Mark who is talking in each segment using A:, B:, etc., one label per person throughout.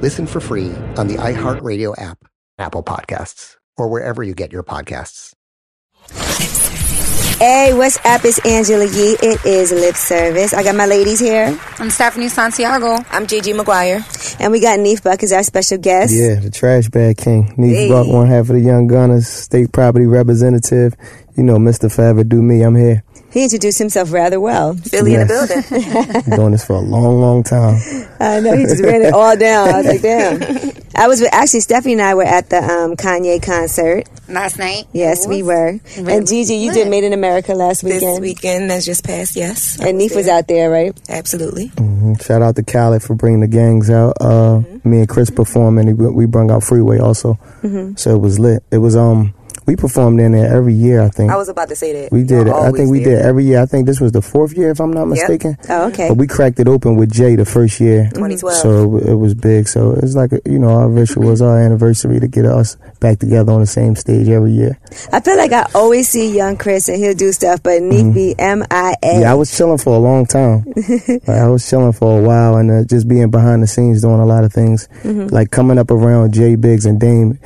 A: Listen for free on the iHeartRadio app, Apple Podcasts, or wherever you get your podcasts.
B: Hey, what's up? It's Angela Yee. It is Lip Service. I got my ladies here.
C: I'm Stephanie Santiago.
D: I'm Gigi McGuire.
B: And we got Neef Buck as our special guest.
E: Yeah, the trash bag king. Neef hey. Buck, one half of the Young Gunners, state property representative. You know, Mr. Forever Do Me, I'm here.
B: He introduced himself rather well.
D: Philly yes. in
E: the building. doing this for a long, long time.
B: I know he just ran it all down. I was like, damn. I was with, actually Stephanie and I were at the um, Kanye concert
C: last night.
B: Yes, we were. Really and Gigi, you did Made in America last weekend.
D: This weekend that's just passed. Yes.
B: And Neef was out there, right?
D: Absolutely.
E: Mm-hmm. Shout out to Khaled for bringing the gangs out. Uh, mm-hmm. Me and Chris mm-hmm. performed, and we brought out Freeway also. So it was lit. It was um. We performed in there every year, I think.
D: I was about to say that.
E: Mm. We did. I think we there. did every year. I think this was the fourth year, if I'm not mistaken.
B: Yep. Oh, okay.
E: But we cracked it open with Jay the first year,
D: 2012.
E: So it was big. So it's like a, you know our ritual was our anniversary to get us back together on the same stage every year.
B: I feel like I always see young Chris and he'll do stuff, but Neek be M I A.
E: Mm-hmm. Yeah, I was chilling for a long time. like, I was chilling for a while and uh, just being behind the scenes doing a lot of things, mm-hmm. like coming up around Jay Biggs and Dame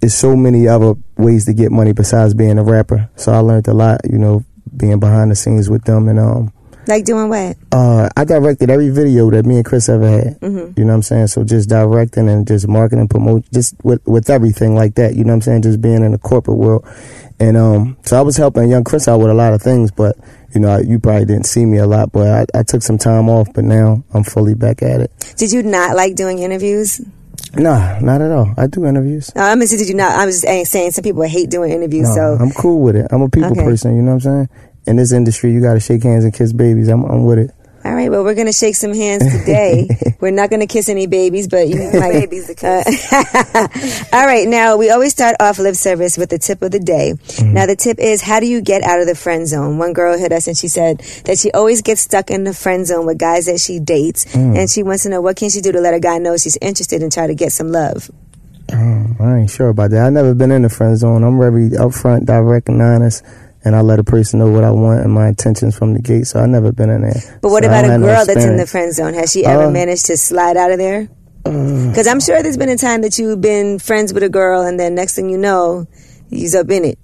E: there's so many other ways to get money besides being a rapper. So I learned a lot, you know, being behind the scenes with them and um
B: like doing what?
E: Uh, I directed every video that me and Chris ever had. Mm-hmm. You know what I'm saying? So just directing and just marketing, promote, just with with everything like that. You know what I'm saying? Just being in the corporate world, and um, so I was helping young Chris out with a lot of things, but you know, you probably didn't see me a lot, but I, I took some time off, but now I'm fully back at it.
B: Did you not like doing interviews?
E: Nah, not at all. I do interviews.
B: No, I'm just did you not? I'm just saying some people hate doing interviews. No, so
E: I'm cool with it. I'm a people okay. person. You know what I'm saying? In this industry, you got to shake hands and kiss babies. I'm, I'm with it.
B: All right, well, we're going to shake some hands today. we're not going to kiss any babies, but you might.
D: babies to kiss.
B: Uh, all right, now we always start off lip service with the tip of the day. Mm-hmm. Now, the tip is how do you get out of the friend zone? One girl hit us and she said that she always gets stuck in the friend zone with guys that she dates, mm. and she wants to know what can she do to let a guy know she's interested and try to get some love.
E: Um, I ain't sure about that. I've never been in the friend zone. I'm very upfront, direct, and honest and I let a person know what I want and my intentions from the gate. So I never been in there.
B: But what
E: so
B: about a girl that's in the friend zone? Has she
E: Oh.
B: ever uh, managed to slide out of there? Because uh, I'm sure there's been a time that you've been friends with a girl, and then next thing you know, you's up in it.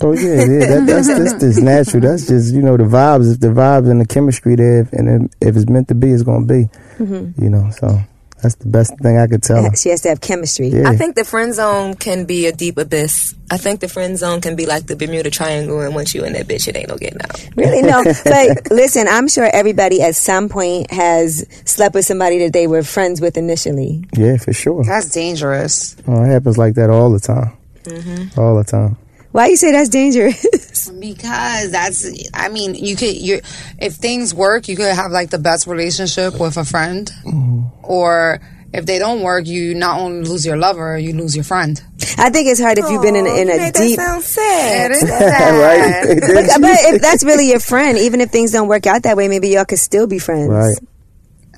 E: Oh yeah, yeah. That, that's just that's natural. That's just you know the vibes. If the vibes and the chemistry there, and if it's meant to be, it's gonna be. Mm-hmm. You know, so. That's the best thing I could tell her.
B: She has to have chemistry.
E: Oh. Yeah.
D: I think the friend zone can be a deep abyss. I think the friend zone can be like the Bermuda Triangle, and once you in that bitch, it ain't no getting out.
B: Really? No. but listen, I'm sure everybody at some point has slept with somebody that they were friends with initially.
E: Yeah, for sure.
C: That's dangerous.
E: Oh, it happens like that all the time. Mm-hmm. All the time.
B: Why you say that's dangerous?
C: because that's I mean, you could you if things work, you could have like the best relationship with a friend. Mm-hmm. Or if they don't work, you not only lose your lover, you lose your friend.
B: I think it's hard if you've been in, in a
D: Aww,
B: deep.
D: That sounds sad.
C: It is sad.
B: right? but, but if that's really your friend, even if things don't work out that way, maybe y'all could still be friends.
E: Right.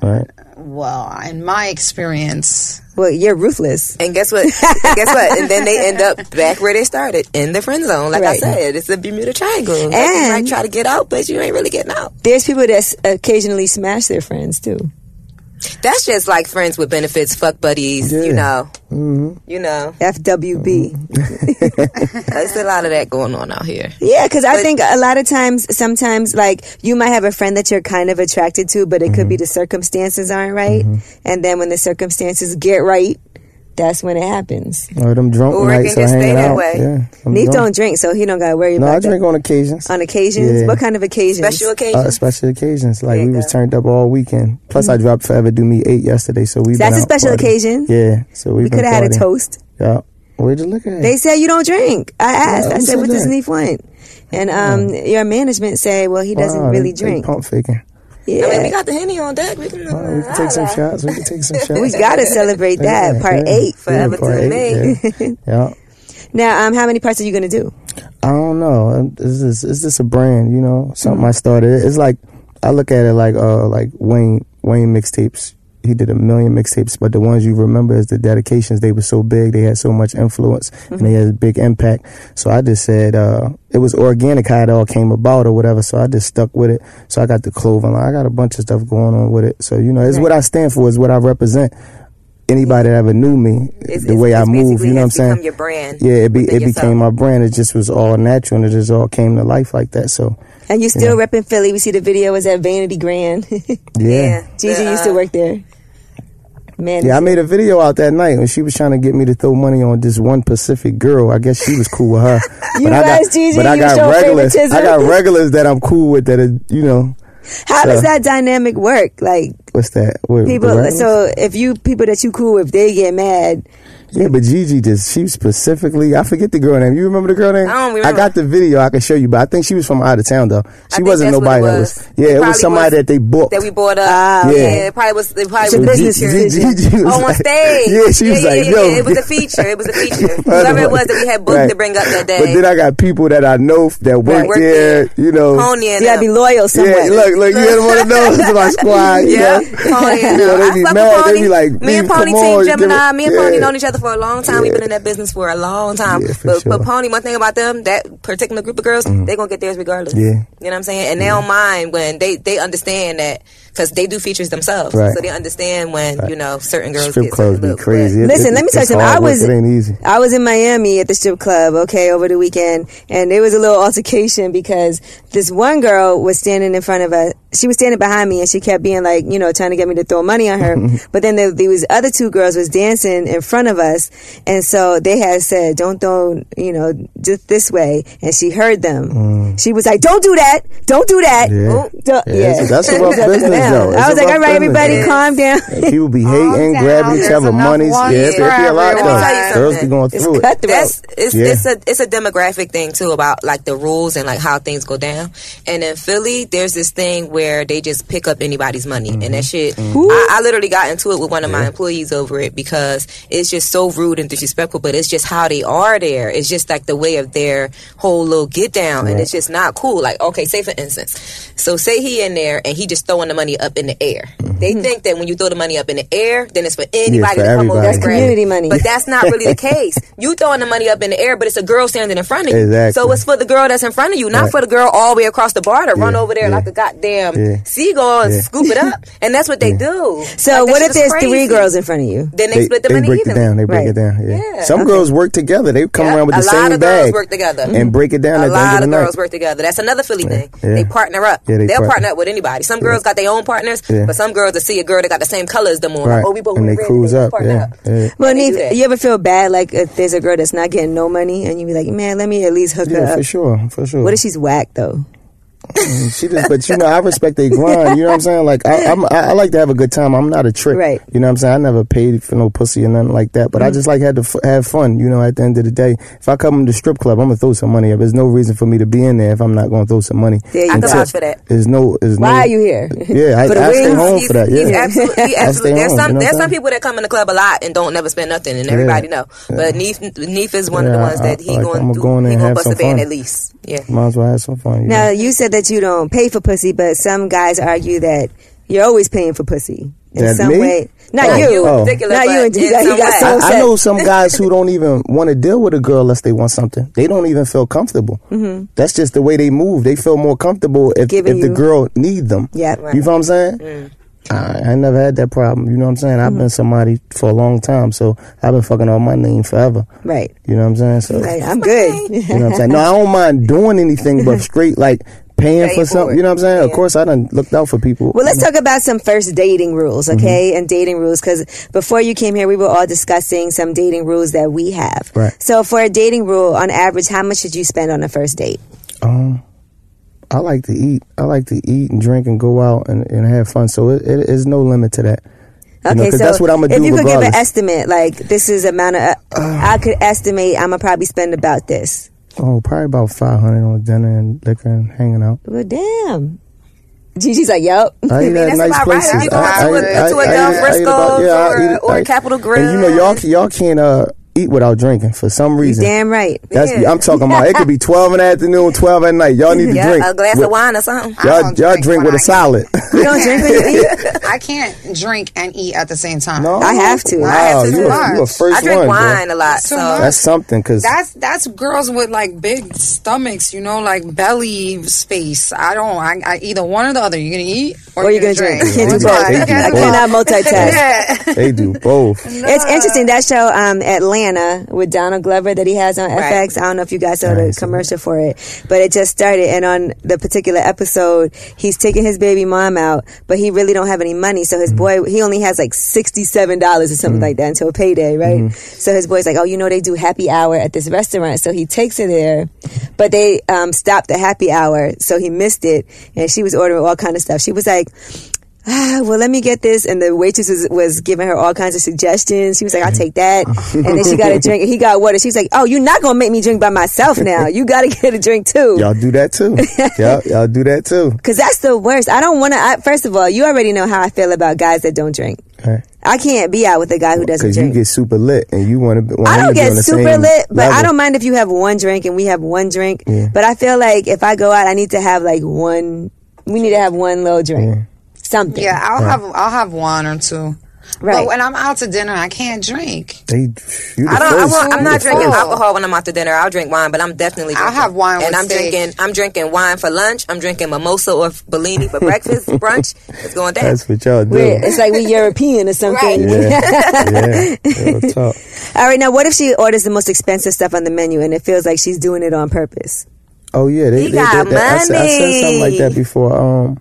E: Right.
C: well, in my experience,
D: Well, you're ruthless. And guess what? And guess what? And then they end up back where they started in the friend zone. Like I
B: Right.
D: said, it's a Bermuda Triangle. And
B: And-
D: you might try to get out, but you ain't really getting out.
B: There's people that s- occasionally smash their friends too.
D: That's just like friends with benefits, fuck buddies.
E: Yeah. Mm-hmm.
D: You know, you know.
B: FWB.
D: There's a lot of that going on out here.
B: Yeah, because I think a lot of times, sometimes, like, you might have a friend that you're kind of attracted to, but it could
E: Mm-hmm.
B: be the circumstances aren't right. And then when the circumstances get right, that's when it happens.
E: Or them drunk
D: Or it can
E: nights or
D: just stay
E: hanging
D: that
E: out.
D: way.
E: Yeah, I'm
B: Neith
E: drunk.
B: don't drink, so he don't got to worry
E: No,
B: about
E: I drink
B: that.
E: on occasions. Uh,
B: on occasions.
E: Yeah.
B: What kind of occasions?
D: Special occasion.
E: Uh, special occasions, like
B: There
E: we
B: you
E: was
B: go. Mm-hmm.
E: turned up all weekend. Plus, I dropped Forever Do Me eight yesterday, so we.
B: That's
E: been
B: a
E: out
B: special
E: partying.
B: occasion.
E: Yeah, so we
B: we could have had a toast.
E: Yeah, where'd you look at?
B: They said you don't drink. I asked.
E: Yeah,
B: I
E: who
B: said,
E: said
B: "What does
E: that?
B: Neith want?" And um, your management said, "Well, he
E: Oh,
B: doesn't really drink."
E: Pump faking.
B: yeah,
D: I mean, we got the henny on deck. We can,
E: Uh, we can take some shots. We can take some shots.
B: we got to celebrate that
E: Yeah,
B: part
E: yeah.
B: eight.
D: Forever
E: part
D: to
E: eight, Yeah. yeah.
B: Now, um, how many parts are you gonna do?
E: I don't know. Um, Is this is this a brand? You know, something I started. It's like I look at it like uh like Wayne Wayne mixtapes. He did a million mixtapes, but the ones you remember is the dedications. They were so big. They had so much influence and they had a big impact. So I just said uh it was organic how it all came about or whatever. So I just stuck with it. So I got the clothing line. I got a bunch of stuff going on with it. So you know, it's what I stand for. It's what I represent. Anybody that ever knew me, the way I move, you know what I'm saying?
D: Become your brand.
E: Yeah, it be, it
D: within
E: became
D: yourself.
E: my brand. It just was all natural, and it just all came to life like that. So
B: And you still repping Philly. We see the video was at Vanity Grand.
E: yeah,
B: Gigi
D: The,
B: used to
D: uh,
B: work there. Man,
E: yeah. I made a video out that night when she was trying to get me to throw money on this one Pacific girl. I guess she was cool with her.
B: You guys, Gigi,
E: but I
B: you
E: got
B: show
E: regulars. I
B: favoritism.
E: got regulars that I'm cool with. That are, you know,
B: how does
E: so-
B: that dynamic work? Like
E: what's that? What, the
B: people,
E: regulars?
B: so if you people that you cool with, they get mad.
E: yeah, but Gigi just she specifically. I forget the girl name. You remember the girl name?
D: I don't remember.
E: I got the video. I can show you, but I think she was from out of town though. She
D: think
E: wasn't
D: that's what
E: nobody
D: it
E: that
D: was.
E: was. Yeah,
D: It
E: it,
D: probably
E: was somebody
D: was-
E: that they booked.
D: that we bought up.
B: Ah,
D: yeah.
E: okay.
D: it probably was. It probably
B: a
D: was
B: business
E: G-
B: decision.
E: G- G- G was
D: Oh, on
E: like-
D: stage.
E: Yeah, she was like,
D: yeah,
E: yo.
D: yeah, it was a feature. It was a feature. Whoever it was that we had booked
E: Right.
D: to bring up
E: But
D: that day.
E: then I got people that I know f- that work
D: Worked
E: there, you know.
D: Coney and
B: You gotta be
D: them.
B: loyal somewhat.
E: yeah, look, look, you don't want to know this is my squad, you know.
D: Yeah, Pony.
E: You know, they be
D: I fuck
E: mad.
D: with Pony.
E: They be like,
D: me and
E: "Leave,
D: Pony
E: come
D: Team
E: on, give
D: Gemini.
E: it-"
D: Me and Pony
E: Yeah.
D: known each other for a long time. We've been in that business for a long time.
E: Yeah, for
D: but,
E: sure. Mm-hmm.
D: but Pony, one thing about them, that particular group of girls, they gonna get theirs regardless.
E: Yeah. Mm-hmm.
D: You know what I'm saying? And they don't mind when they they understand that because they do features themselves,
E: Right.
D: so they understand when you know certain girls
E: Strip
D: get
E: clubs
D: certain
E: be
D: looks,
E: crazy.
D: but-
E: It-
B: Listen,
E: it-
B: let me tell you
E: it's
B: something.
E: hard
B: I
E: work.
B: was
E: It ain't easy.
B: I was in Miami at the strip club, okay, over the weekend, and it was a little altercation because this one girl was standing in front of us. She was standing behind me, and she kept being like, you know, trying to get me to throw money on her. but then there, these other two girls was dancing in front of us, and so they had said, "Don't throw, you know, just this way." And she heard them. She was like, "Don't do that! Don't do that!"
E: Mm. Yeah.
B: Oh, don't-
E: Yeah, that's- that's a rough
B: Don't do
E: business,
B: that.
E: though. It's
B: I was
E: a
B: like,
E: rough
B: "All right,
E: business.
B: everybody,
E: Yes.
B: calm down."
E: People be hating,
C: down.
E: grabbing each
C: There's
E: other,
C: enough
E: monies. Yeah,
C: ones
E: there be a lot
C: for
E: though.
D: everyone.
E: Girls be going
B: It's
E: through it.
B: cutthroat.
D: That's it's
E: Yeah.
D: it's a it's a demographic thing too about like the rules and like how things go down. And in Philly, there's this thing where they just pick up anybody's money, and that shit. I, I literally got into it with one of my employees over it because it's just so rude and disrespectful. But it's just how they are there. It's just like the way of their whole little get down, and it's just not cool. Like okay, say for instance, so say he in there and he just throwing the money up in the air. They think that when you throw the money up in the air, then it's for anybody
E: for
D: to come
E: everybody.
D: over and
E: That's
D: grab it.
B: community money.
D: But that's not really the case. You throwing the money up in the air, but it's a girl standing in front of you.
E: Exactly.
D: So it's for the girl that's in front of you, not for the girl all the way across the bar to run over there
E: yeah.
D: like a goddamn
E: Yeah.
D: seagull and
E: Yeah.
D: scoop it up. And that's what they
B: So
D: do. Like, that
B: what
D: shit
B: if
D: is
B: there's
D: crazy.
B: three girls in front of you?
D: Then they, split the money
E: break
D: evenly.
E: it down. They break
B: Right.
E: it down. Yeah.
D: Yeah.
E: Some girls work together. They come
D: Yep.
E: around with the
D: a lot
E: same
D: of
E: bag
D: girls work together. Mm-hmm.
E: and break it down
D: a
E: at the end
D: lot
E: of
D: of
E: the night.
D: girls work together. That's another Philly thing.
E: Yeah.
D: They partner up.
E: Yeah, they
D: they
E: partner.
D: will partner up with anybody. Some girls got their own partners,
E: Yeah.
D: but some girls that see a girl that got the same color as them on.
E: Right.
D: Like, oh, we both
E: and
D: wear
E: they
D: red,
E: cruise
D: let's
E: up.
D: partner
E: Yeah. yeah.
B: Well,
D: they
B: Neve,
D: do that.
B: you ever feel bad like if there's a girl that's not getting no money and you be like, man, let me at least hook her
E: Yeah,
B: up.
E: for sure, for sure.
B: What if she's whack though?
E: She just, but you know, I respect they grind. You know what I'm saying? Like, I, I'm, I, I like to have a good time. I'm not a trick.
B: Right. Mm-hmm.
E: You know what I'm saying? I never paid for no pussy or nothing like that. But I just like had to f- have fun. You know, at the end of the day, if I come to strip club, I'm gonna throw some money up. There's no reason for me to be in there if I'm not gonna throw some money.
B: There you
D: I
B: go.
D: can vouch for that.
E: There's no. There's no,
B: Why are you here?
E: Yeah, I,
B: For the
E: I stay
B: wings?
E: home
D: he's,
E: for that.
D: he's
E: yeah.
D: absolutely, he
E: I
D: absolutely.
E: stay
D: There's
E: home,
D: some
E: you know what
D: there's
E: I'm
D: some
E: saying?
D: people that come in the club a lot and don't never spend nothing, and everybody know. But Neef, Neef is one of the
E: Yeah,
D: ones
E: I-
D: that he
E: like,
D: going
E: I'ma
D: do,
E: go in
D: he
E: and
D: going
E: have
D: bust
E: some
D: a van
E: fun.
D: at least. Yeah.
E: Might as well have some fun. You
B: Now
E: know?
B: you said that you don't pay for pussy, but some guys argue that you're always paying for pussy. in
E: That
B: some
E: me?
B: way. Not
E: Oh.
B: you.
E: Oh.
D: Ridiculous,
B: Not you. And
D: but
B: he
D: in
B: got, he
D: some
B: got
D: way.
B: so upset.
E: I know some guys who don't even want to deal with a girl unless they want something. They don't even feel comfortable. Mm-hmm. That's just the way they move. They feel more comfortable if,
B: Giving
E: if the
B: you-
E: girl need them.
B: Yeah.
E: You know what I'm saying? I, I never had that problem. You know what I'm saying?
B: Mm-hmm.
E: I've been somebody for a long time, so I've been fucking on my name forever.
B: Right.
E: You know what I'm saying? So
B: Like, I'm good.
E: you know what I'm saying? No, I don't mind doing anything, but straight like paying for something. You know what I'm saying? Of course, I done looked out for people.
B: Well, let's talk about some first dating rules,
E: Mm-hmm.
B: okay? And dating rules, because before you came here, we were all discussing some dating rules that we have.
E: Right.
B: So, for a dating rule, on average, how much should you spend on a first date?
E: Um, I like to eat. I like to eat and drink and go out and, and have fun. So it, it is no limit to that. You know, 'cause that's what I'ma
B: if
E: do
B: you could give an
E: regardless.
B: estimate, like this is amount of, I could estimate I'm gonna probably spend about this.
E: Oh, probably about five hundred on dinner and liquor and hanging out.
B: Well, damn. Gigi's like, yup.
E: I eat at
D: that's
E: nice
D: about right.
E: places.
D: You go out to a- to a
E: eat-
D: Del
E: eat
D: Frisco's
E: about- yeah, I
D: or-
E: eat it-
D: or
E: I-
D: Capital
E: And you know, y'all y'all can't uh, eat without drinking for some reason.
B: Damn right.
E: That's I'm talking about. It could be twelve in the afternoon, twelve at night. Y'all need to drink.
D: a glass
E: with-
D: of wine or something.
E: Y'all,
C: don't
E: y'all
C: drink
E: drink
C: when
E: with
C: I
E: a
C: eat.
E: salad.
B: You don't drink when you eat?
C: I can't drink and eat at the same time.
B: I have to.
E: Wow,
C: That's
E: you
C: too
E: a, you a
C: much.
E: first
D: I drink
E: one, bro.
D: wine a lot,
C: Too
D: so
C: much.
E: That's something because
C: That's that's girls with like big stomachs, you know, like belly space. I don't. I, I either one or the other. You're gonna eat or,
B: Or
C: you're gonna,
B: You
C: drink.
B: can't do
E: That's
B: both.
E: right.
B: I
E: You can't do
B: cannot
E: both.
B: multitask.
C: Yeah.
E: they do both.
B: It's interesting that show um, Atlanta with Donald Glover that he has on FX. I don't know if you guys saw the commercial for it, but it just started. And on the particular episode, he's taking his baby mom out, but he really don't have any money. So his boy, he only has like sixty seven dollars or something like that until payday, right? So his boy's like, oh, you know, they do happy hour at this restaurant, so he takes her there, but they um, stopped the happy hour, so he missed it, and she was ordering all kind of stuff. She was like ah, well, let me get this. And the waitress was, was giving her all kinds of suggestions. She was like, I'll take that. And then she got a drink and he got water. She was like, oh, you're not going to make me drink by myself now. You got to get a drink too.
E: Y'all do that too. y'all, y'all do that too.
B: Because that's the worst. I don't want to, first of all, you already know how I feel about guys that don't drink. I can't be out with a guy who doesn't
E: Because you
B: drink.
E: get super lit and you want to.
B: I don't get
E: on the
B: super
E: same
B: lit, but I
E: level.
B: don't mind if you have one drink and we have one drink. But I feel like if I go out, I need to have like one, we need to have one little drink. Something.
C: yeah, I'll have I'll have one or two.
B: Right.
C: But when I'm out to dinner, I can't drink.
E: They, you the
D: I don't. I
E: first.
D: won't, I'm not
E: You the
D: drinking
E: first.
D: alcohol when I'm out to dinner. I'll drink wine, but I'm definitely.
C: I'll
D: Drinking.
C: have wine
D: and
C: with
D: I'm
C: steak.
D: drinking. I'm drinking wine for lunch. I'm drinking mimosa or Bellini for breakfast, brunch. It's going down.
E: That's what y'all do.
B: We're- It's like we European or something.
E: Yeah, yeah. Real talk.
B: All right, now what if she orders the most expensive stuff on the menu and it feels like she's doing it on purpose?
E: Oh yeah, they,
D: He
E: they,
D: got
E: they- I, said, I said something like
D: money.
E: that before. Um,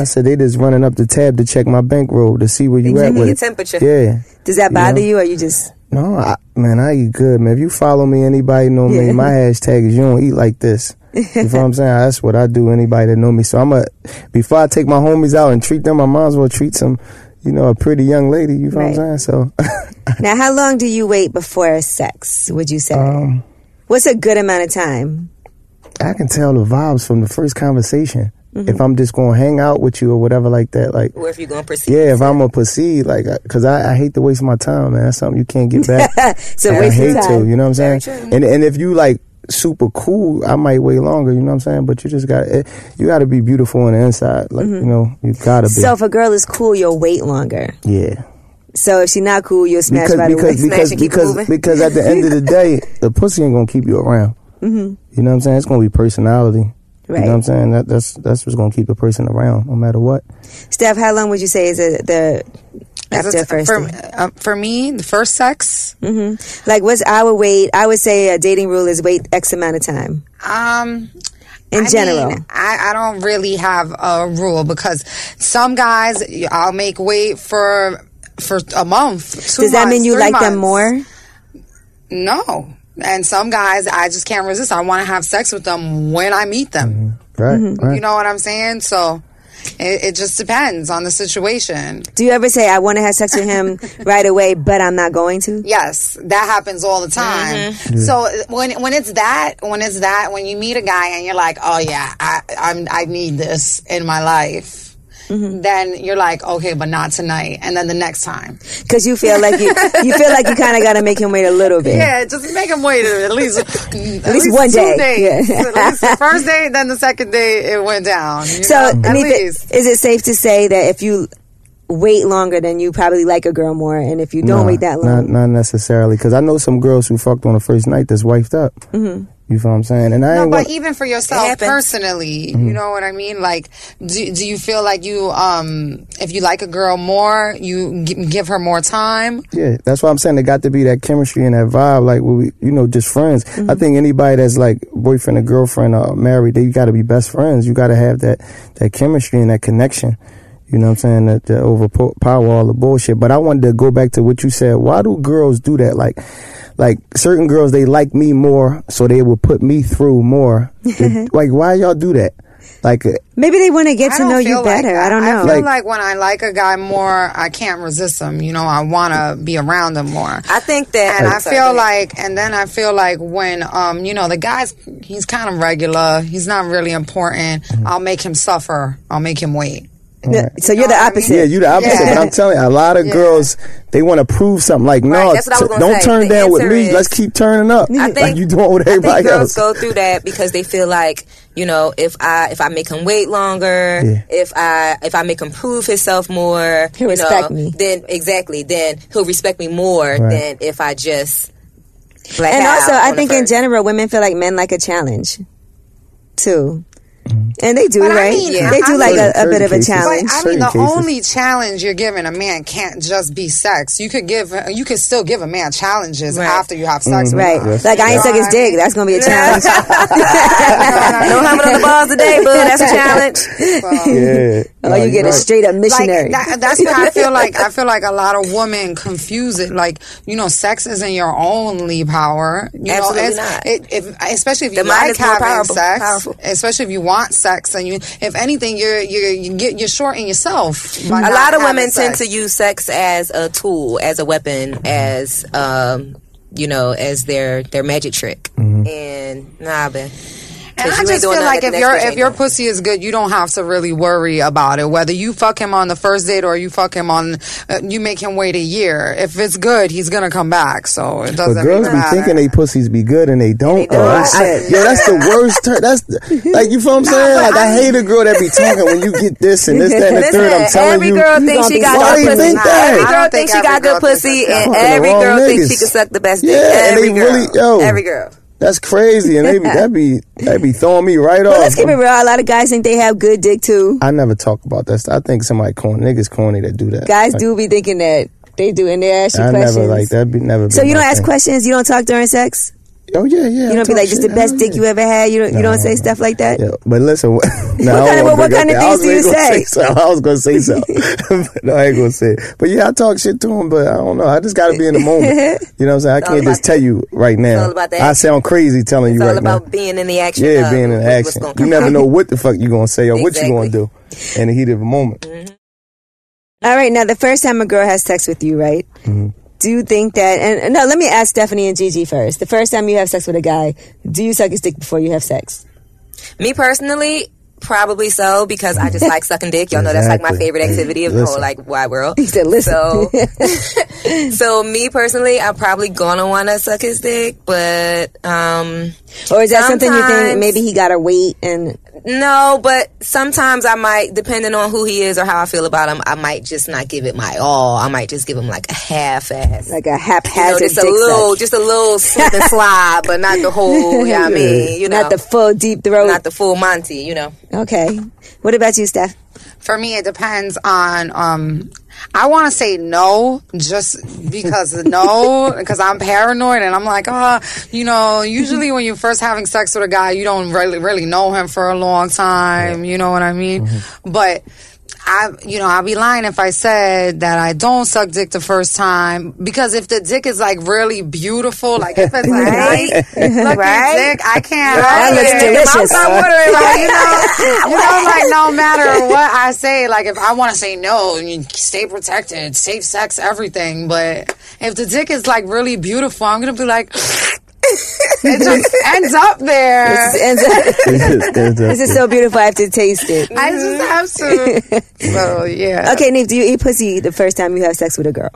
E: I said they just running up the tab to check my bankroll to see where you at with
D: Your
E: it.
D: temperature.
E: Yeah.
B: Does that bother
E: Yeah.
B: you, or you just
E: No, I, man, I eat good, man. If you follow me, anybody know me.
B: Yeah.
E: My hashtag is you don't eat like this. You know what I'm saying? That's what I do. Anybody that know me, so I'm a. Before I take my homies out and treat them, I might as well treat some, you know, a pretty young lady. You know what I'm saying? So,
B: now? How long do you wait before sex? Would you say?
E: um,
B: What's a good amount of time?
E: I can tell the vibes from the first conversation. If I'm just gonna hang out with you or whatever like that, like
D: Or if you're going to proceed.
E: Yeah, if I'm gonna proceed, like, uh, cause I, I hate to waste my time, man. That's something you can't get back.
B: So
E: And I
B: waste
E: hate
B: of time.
E: to, you know what I'm saying? And and if you like super cool, I might wait longer, you know what I'm saying? But you just got to you got to be beautiful on the inside, like you know, you gotta be.
B: So if a girl is cool, you'll wait longer.
E: yeah,
B: So if she's not cool, you'll smash
E: because
B: right away.
E: because because
D: Smash and keep it
E: because,
D: moving.
E: because at the end of the day, the pussy ain't gonna keep you around. Mm-hmm. You know what I'm saying? It's gonna be personality. You
B: Right.
E: know what I'm saying? That, that's that's what's gonna keep a person around, no matter what.
B: Steph, how long would you say is it the
C: As
B: after
C: a-
B: a first?
C: for,
B: date?
C: uh, for me, the first sex,
B: Like, what's our wait? I would say a dating rule is wait X amount of time
C: um,
B: in
C: I
B: general.
C: mean, I, I don't really have a rule because some guys I'll make wait for for a month. two
B: Does that
C: months,
B: mean you
C: three
B: like them
C: months.
B: more?
C: No. And some guys I just can't resist. I want to have sex with them when I meet them.
E: Right? right.
C: You know what I'm saying? So it, it just depends on the situation.
B: Do you ever say, I want to have sex with him right away, but I'm not going to?
C: Yes, that happens all the time. So when when it's that, when it's that, when you meet a guy and you're like, oh yeah, I I'm, I need this in my life. Then you're like, okay, but not tonight. And then the next time,
B: Because you feel like you, you feel like you kind of got to make him wait a little bit.
C: yeah, just make him wait at least at,
B: least one
C: two
B: day.
C: days.
B: Yeah.
C: at least the first day, then the second day, it went down. you
B: So,
C: know?
B: I
C: at
B: mean, th-
C: least.
B: is it safe to say that if you wait longer, then you probably like a girl more. And if you don't
E: Nah,
B: wait that
E: Not,
B: long,
E: not necessarily, because I know some girls who fucked on the first night that's wifed up. You feel what I'm saying? And I
C: No,
E: ain't
C: but
E: want,
C: even for yourself
D: happens.
C: personally,
B: Mm-hmm.
C: you know what I mean. Like, do do you feel like you um if you like a girl more, you g- give her more time?
E: yeah, that's why I'm saying there got to be that chemistry and that vibe, like we, you know, just friends. I think anybody that's like boyfriend or girlfriend or married, they got to be best friends. You got to have that that chemistry and that connection. You know what I'm saying? That, that overpower all the bullshit. But I wanted to go back to what you said. Why do girls do that? Like, like certain girls, they like me more, so they will put me through more. They- like, why y'all do that? Like,
B: maybe they want to get
C: I
B: to
C: don't
B: know
C: feel
B: you
C: like
B: better.
C: that.
B: I don't know.
C: I feel
E: Like-
C: like, when I like a guy more, I can't resist him. You know, I want to be around him more.
D: I think that
C: and I
D: I'm sorry,
C: feel
D: go ahead.
C: like, and then I feel like when, um, you know, the guy's, he's kind of regular. He's not really important.
E: Mm-hmm.
C: I'll make him suffer. I'll make him wait.
B: No, so you're the opposite.
E: Yeah, you the opposite.
C: Yeah.
E: But I'm telling you, a lot of girls they want to prove something. Like, no,
D: that's what I
E: t-
D: was gonna
E: don't
D: say.
E: turn
D: The
E: down with
D: answer
E: me.
D: is-
E: Let's keep turning up.
D: I
E: like
D: think
E: you doing with
D: I think
E: everybody
D: girls
E: else.
D: go through that because they feel like you know if I if I make him wait longer,
E: Yeah.
D: if I if I make him prove himself more,
B: He'll
D: you
B: respect
D: know,
B: me.
D: Then exactly, then he'll respect me more than if I just. Black
B: and
D: out
B: also,
D: on
B: I
D: the
B: think in
D: first.
B: general, women feel like men like a challenge, too. And they do,
C: But I
B: right?
C: mean, Yeah.
B: They do
C: I
B: like
C: mean-
B: a, a bit of a
C: But
E: Mm-hmm. Certain
B: challenge.
E: cases.
C: I
E: Certain
C: mean, the
E: cases.
C: only challenge you're giving a man can't just be sex. You could give, you could still give a man challenges
D: Right.
C: after you have
E: Mm-hmm.
C: sex. with
B: Right.
C: him.
B: Like, I ain't
C: You
B: suck
C: know
B: his
C: what I mean?
B: dick. That's going to be a challenge.
D: Don't have it on the balls today, boo. That's a challenge.
E: yeah.
B: or
D: Oh,
B: Oh, you get a straight up missionary.
C: Like, that, that's what I feel like. I feel like a lot of women confuse it. Like you know, sex isn't your only power. You
D: Absolutely
C: know, it's,
D: not.
C: It, if, especially if you
D: The mind
C: like
D: is more
C: having
D: powerful-
C: sex,
D: powerful.
C: especially if you want sex, and you, if anything, you're you're you get you're shorting yourself. by
D: a
C: not
D: lot of
C: having
D: women tend
C: sex.
D: to use sex as a tool, as a weapon, as um, you know, as their their magic trick.
E: Mm-hmm.
D: And nah, but
C: And
D: 'cause
C: I
D: you ain't
C: just
D: doing
C: feel
D: nothing
C: like
D: the
C: if
D: next
C: your
D: bitch
C: if
D: ain't
C: your
D: doing.
C: pussy is good, you don't have to really worry about it. Whether you fuck him on the first date or you fuck him on, uh, you make him wait a year. If it's good, he's gonna come back. So it
E: But
C: doesn't.
E: girls
C: really
E: be
C: matter.
E: thinking they pussies be good and they don't. though. I'm
B: don't.
E: saying- yo, that's the worst. Ter- that's the, like you feel what I'm saying. Like I hate a girl that be talking when you get this and this that and the
D: Listen,
E: third. I'm telling
D: every
E: you,
D: girl
E: you
D: thinks
E: gonna
D: she
E: be
D: got
E: sorry,
D: good pussy.
E: think
C: Nah,
E: that.
C: I
D: Every girl
C: don't
D: thinks
C: think
D: she
C: every
D: got good
C: girl thinks
D: pussy,
C: that.
D: and
E: Fucking the
D: every
E: wrong
D: girl thinks she
E: niggas.
D: can suck the best
E: Yeah,
D: dick.
E: and
D: Every
E: they
D: girl.
E: really- yo.
D: Every girl.
E: That's crazy, and they be, that be that be throwing me right off.
B: But let's keep it real. A lot of guys think they have good dick too.
E: I never talk about that. I think somebody corny niggas corny that do that.
B: Guys
E: Like,
B: do be thinking that they do, and they ask you
E: I
B: questions.
E: never like that. Be, never.
B: So
E: been
B: you don't
E: my
B: ask
E: thing.
B: questions. You don't talk during sex.
E: Oh yeah, yeah.
B: You don't be like, "This the best dick you ever had." You don't. You don't say stuff like that.
E: Yeah, but listen, what,
B: What kind
E: no, I
B: of-
E: don't wanna
B: what
E: bring
B: kind
E: up
B: of
E: that. I
B: things
E: was
B: do you
E: really
B: say?
E: gonna something. I was gonna say something. But no, I ain't gonna say it. But yeah, I talk shit to him, but I don't know. I just gotta be in the moment. You know what I'm saying? I can't
D: all
E: just
D: about-
E: tell you right now.
D: all about the
E: I
D: action.
E: sound crazy telling
D: It's
E: you
D: all
E: right
D: about
E: now.
D: being in the action.
E: Yeah,
D: of
B: uh,
E: being in
D: what's
E: action.
D: gonna
E: You
D: come
E: never
D: out.
E: know what the fuck you gonna say or what you
D: Exactly.
E: gonna do in the heat of the moment.
B: All right. Now, the first time a girl has sex with you, right? Do you think that? And and no, let me ask Stephanie and Gigi first. The first time you have sex with a guy, do you suck his dick before you have sex?
D: Me personally, probably so because I just like sucking dick. Y'all know that's like my
E: Exactly.
D: favorite activity of the
E: Listen.
D: whole like wide world.
B: He said, "Listen."
D: So, so me personally, I'm probably gonna want to suck his dick, but um,
B: Or is that something you think
D: Sometimes-
B: maybe he got to wait and
D: no. But sometimes I might, depending on who he is or how I feel about him, I might just not give it my all. I might just give him like a half ass.
B: like a
D: You know,
B: haphazard
D: just a
B: dick
D: little,
B: suck?
D: just a little slip and slide, but not the whole. Yeah, I mean, you know,
B: Not the full deep throat.
D: not the full Monty. You know.
B: okay. What about you, Steph?
C: For me, it depends on. Um, I want to say no, just because no, because I'm paranoid and I'm like, ah, you know. Usually, when you're first having sex with a guy, you don't really really know him for a long time. You know what I mean?
D: Mm-hmm.
C: But. I, you know, I'd be lying if I said that I don't suck dick the first time because if the dick is like really beautiful, like if it's like
D: Right.
C: nice, looking
D: Right.
C: dick, I can't.
B: That
C: help
B: looks
C: it.
B: delicious.
C: My mouth's not watering, like, you know, you know, like no matter what I say, like if I want to say no, you stay protected, safe sex, everything. But if the dick is like really beautiful, I'm gonna be like, it just ends up
D: Uh,
C: there.
B: And so- this
E: This
B: is so beautiful. I have to taste it.
C: I just have to. So yeah.
B: Okay, Neve, do you eat pussy the first time you have sex with a girl?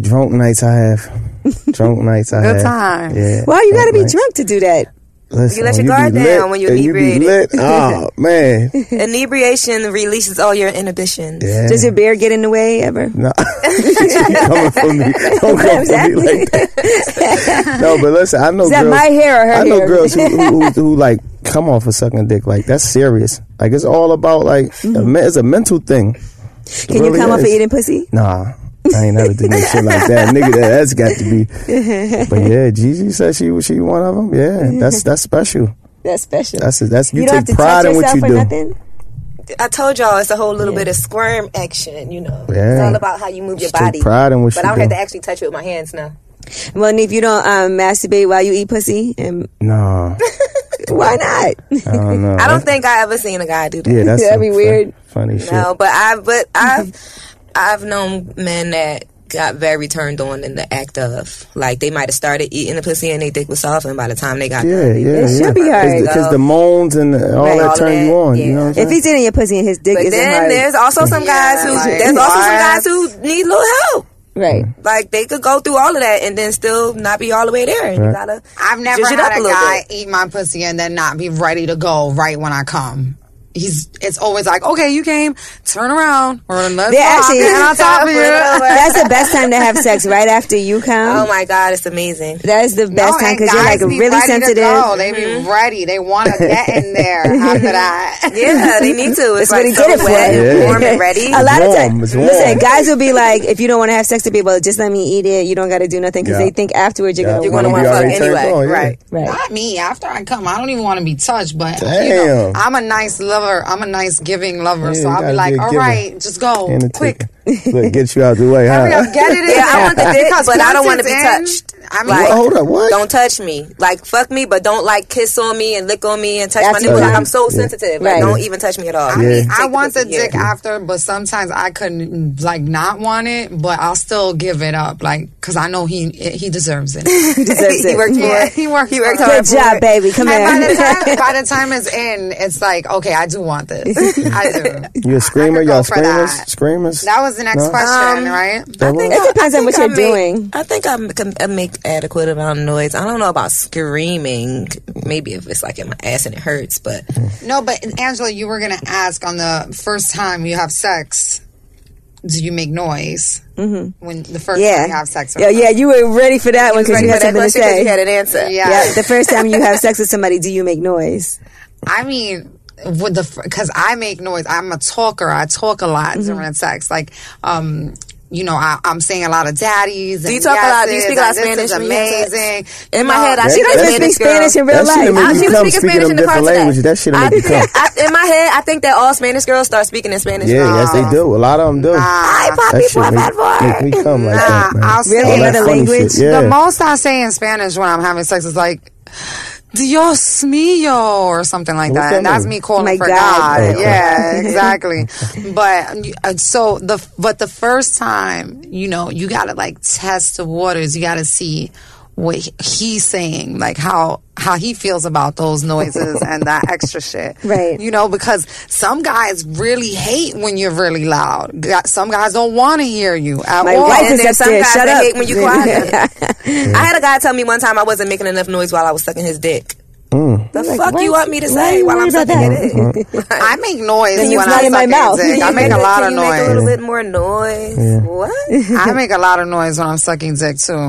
E: drunk nights Uh, I have. Drunk nights I have.
C: times.
E: Yeah.
B: Why you gotta
E: drunk
B: be
E: nights.
B: drunk to do that?
E: Listen,
D: let your guard
E: be
D: down
E: lit
D: when you're
E: and you be
D: inebriated.
E: lit. Oh man,
D: Inebriation releases all your inhibitions.
E: Yeah.
B: Does your beer get in the way ever?
E: No, you coming for me? Don't come for me like that. no, but listen, I know
B: Is that
E: girls.
B: my hair or her
E: I know
B: hair?
E: girls who, who, who, who like come off a sucking dick. Like that's serious. Like it's all about like a me- it's a mental thing.
B: Mm-hmm. Can you come off of eating pussy?
E: Nah. I ain't never did no shit like that, nigga. That, that's got to be. But yeah, Gigi said she was she one of them. Yeah, that's that's special.
B: That's special.
E: That's that's you,
B: you don't have
E: take
B: to
E: pride
B: touch
E: in
B: yourself
E: what you
B: or
E: do.
B: nothing.
D: I told y'all it's a whole little bit of squirm action, you know. It's
E: Yeah.
D: all about how you move your
E: Just take
D: body.
E: pride in what
D: but
E: you
D: I don't
E: do.
D: have to actually touch it with my hands now.
B: Well, and if you don't um, masturbate while you eat pussy, and
E: Nah,
B: why not?
E: I don't know.
D: I don't think I ever seen a guy do that.
E: Yeah, that's
B: That'd
E: some
B: be
E: fu-
B: weird.
E: Funny shit.
D: No, but I but I've I've known men that got very turned on in the act of like they might have started eating the pussy and they dick was soft and by the time they got
E: Yeah,
D: done, they-
E: yeah,
B: It
E: yeah.
B: should be alright.
E: Because the moans and all
D: Right,
E: that
D: all
E: turn you
D: that,
E: on. You
D: yeah.
E: know what I'm
B: If
E: saying?
B: he's eating your pussy and his dick
D: But
B: isn't
D: then
B: hard,
D: there's also some guys who
C: like-
D: there's also some guys
C: Bars.
D: who need a little help.
B: right?
E: Mm-hmm.
D: Like they could go through all of that and then still not be all the way there. And You
E: Right.
D: gotta
C: I've never
D: juice it
C: had
D: up
C: a,
D: little
C: guy
D: bit.
C: eat my pussy and then not be ready to go right when I come. He's it's always like, okay, you came, turn around, or let's
B: They're
C: walk,
B: actually
C: and on top of you.
B: That's the best time to have sex right after you come.
D: Oh my god, it's amazing.
B: that is the best time
C: No, Oh, and
B: because you're
C: guys
B: like
C: be
B: really
C: ready to
B: sensitive.
C: go. They be ready. They want to get in there after that.
D: Yeah, they need to. It's
B: That's what
D: like
B: he
D: so
B: did it for.
D: wet,
E: Yeah.
D: warm and ready.
B: A lot
E: It's
B: of
E: warm,
B: times,
E: it's warm.
B: listen, guys will be like, if you don't want to have sex to people, just let me eat it. You don't got to do nothing because
E: Yeah.
B: they think afterwards you're
E: Yeah,
B: gonna
D: You're
E: when
B: want
D: gonna
E: you
D: want to fuck
E: already turned
D: anyway,
E: on, yeah.
D: right?
B: right.
C: Not me. After I come, I don't even want to be touched. But you know,
E: Damn.
C: I'm a nice lover. I'm a nice giving lover.
E: Yeah,
C: so
E: you
C: I'll
E: gotta
C: be
E: be
C: like,
E: a
C: all
E: giver.
C: right, just go
E: And it's-
C: quick.
E: Look, get you out the way,
C: Hurry
E: huh?
C: up, get it in.
D: Yeah, I want the dick,
C: Because
D: but I don't
C: once it's
D: wanna be
C: in,
D: touched.
C: I mean,
D: Like-
E: What? Hold up, what?
D: Don't touch me. Like fuck me, but don't like kiss on me and lick on me and touch
B: That's
D: my nipple. Like,
B: right.
D: I'm so
E: Yeah.
D: sensitive. Like
B: Right.
D: don't even touch me at all.
C: I mean,
E: Yeah.
C: I want the
D: pussy, yeah.
C: dick after, but sometimes I couldn't like not want it, but I'll still give it up, like because I know he he deserves it.
B: He deserves
D: He
B: it.
D: worked
C: Yeah,
D: for it.
C: he worked
D: He
C: for
D: worked
C: it.
D: hard
B: Good
D: for
B: job,
D: it.
B: baby. Come
C: And by the
B: here.
C: time by the time it's in, it's like okay, I do want this. I do.
E: You a
C: I
E: screamer?
C: could go
E: Y'all
C: for
E: screamers?
C: that.
E: Screamers?
C: That was the next
E: No?
C: question,
D: Um,
C: right?
E: That was-
B: It depends on
D: I
B: what
D: think
B: you're
D: I make-
B: doing.
D: I think I make, I make adequate amount of noise. I don't know about screaming. Maybe if it's like in my ass and it hurts, but
C: No, but Angela, you were gonna ask on the first time you have sex, do you make noise mm-hmm. when the first time you
B: Yeah.
C: have sex? with
B: Yeah,
C: someone?
B: yeah, you were ready for that one because
D: Ready
B: you
D: for
B: had something
D: that
B: to
D: question 'cause
B: say.
D: you had an answer.
C: Yeah.
B: yeah, the first time you have sex with somebody, do you make noise?
C: I mean, with the because I make noise. I'm a talker. I talk a lot
D: Mm-hmm.
C: during sex. Like, um, you know, I, I'm saying a lot of daddies. Do
D: you talk a lot? Do you speak a lot
C: This is
D: Spanish when you have sex?
C: amazing.
D: In my head, I
E: That-
B: She
D: think
E: that's-
B: doesn't
D: I
B: even speak
D: made this girl-
B: Spanish in real
E: That shit'll
B: life.
E: make
D: I-
E: you
D: she was
E: come
D: speaking
E: speaking
D: Spanish
E: them
D: in the car
E: different
D: today.
E: languages. That shit'll
D: I
E: make you
D: think,
E: come.
D: I, in my head, I think that all Spanish girls start speaking in Spanish.
E: Yeah,
D: now.
E: yes, they do. A lot of them do.
D: Ay,
E: That
D: papi,
E: shit
D: por
E: make,
D: favor.
E: make me come like
C: Nah,
E: that, man.
C: I'll say
E: All that
B: another
E: funny
B: language.
E: Shit. Yeah.
C: The most I say in Spanish when I'm having sex is like. Dios mio, or something like
E: What's
C: that.
E: that
C: That's
E: mean?
C: me calling
B: My
C: for
B: God.
C: God.
E: Oh, okay.
C: Yeah, exactly. but uh, so the but the first time, you know, you gotta like test the waters. You gotta see what he- he's saying, like how how he feels about those noises and that extra shit.
B: Right.
C: You know, because some guys really hate when you're really loud. Gu- Some guys don't want to hear you at
B: My
C: all.
B: wife
D: And
B: is
D: then some
B: upstairs.
D: guys
B: Shut
D: they
B: up.
D: hate when you quiet. I had a guy tell me one time I wasn't making enough noise while I was sucking his dick. The fuck you want me to say while I'm sucking your dick?
C: I make noise
B: you
C: when
B: fly
C: I
B: in
C: suck
B: my
C: my
B: mouth.
C: dick. I make a lot
D: Can
C: of
D: you Make a little
C: noise.
D: bit more noise. What?
C: I make a lot of noise when I'm sucking dick too.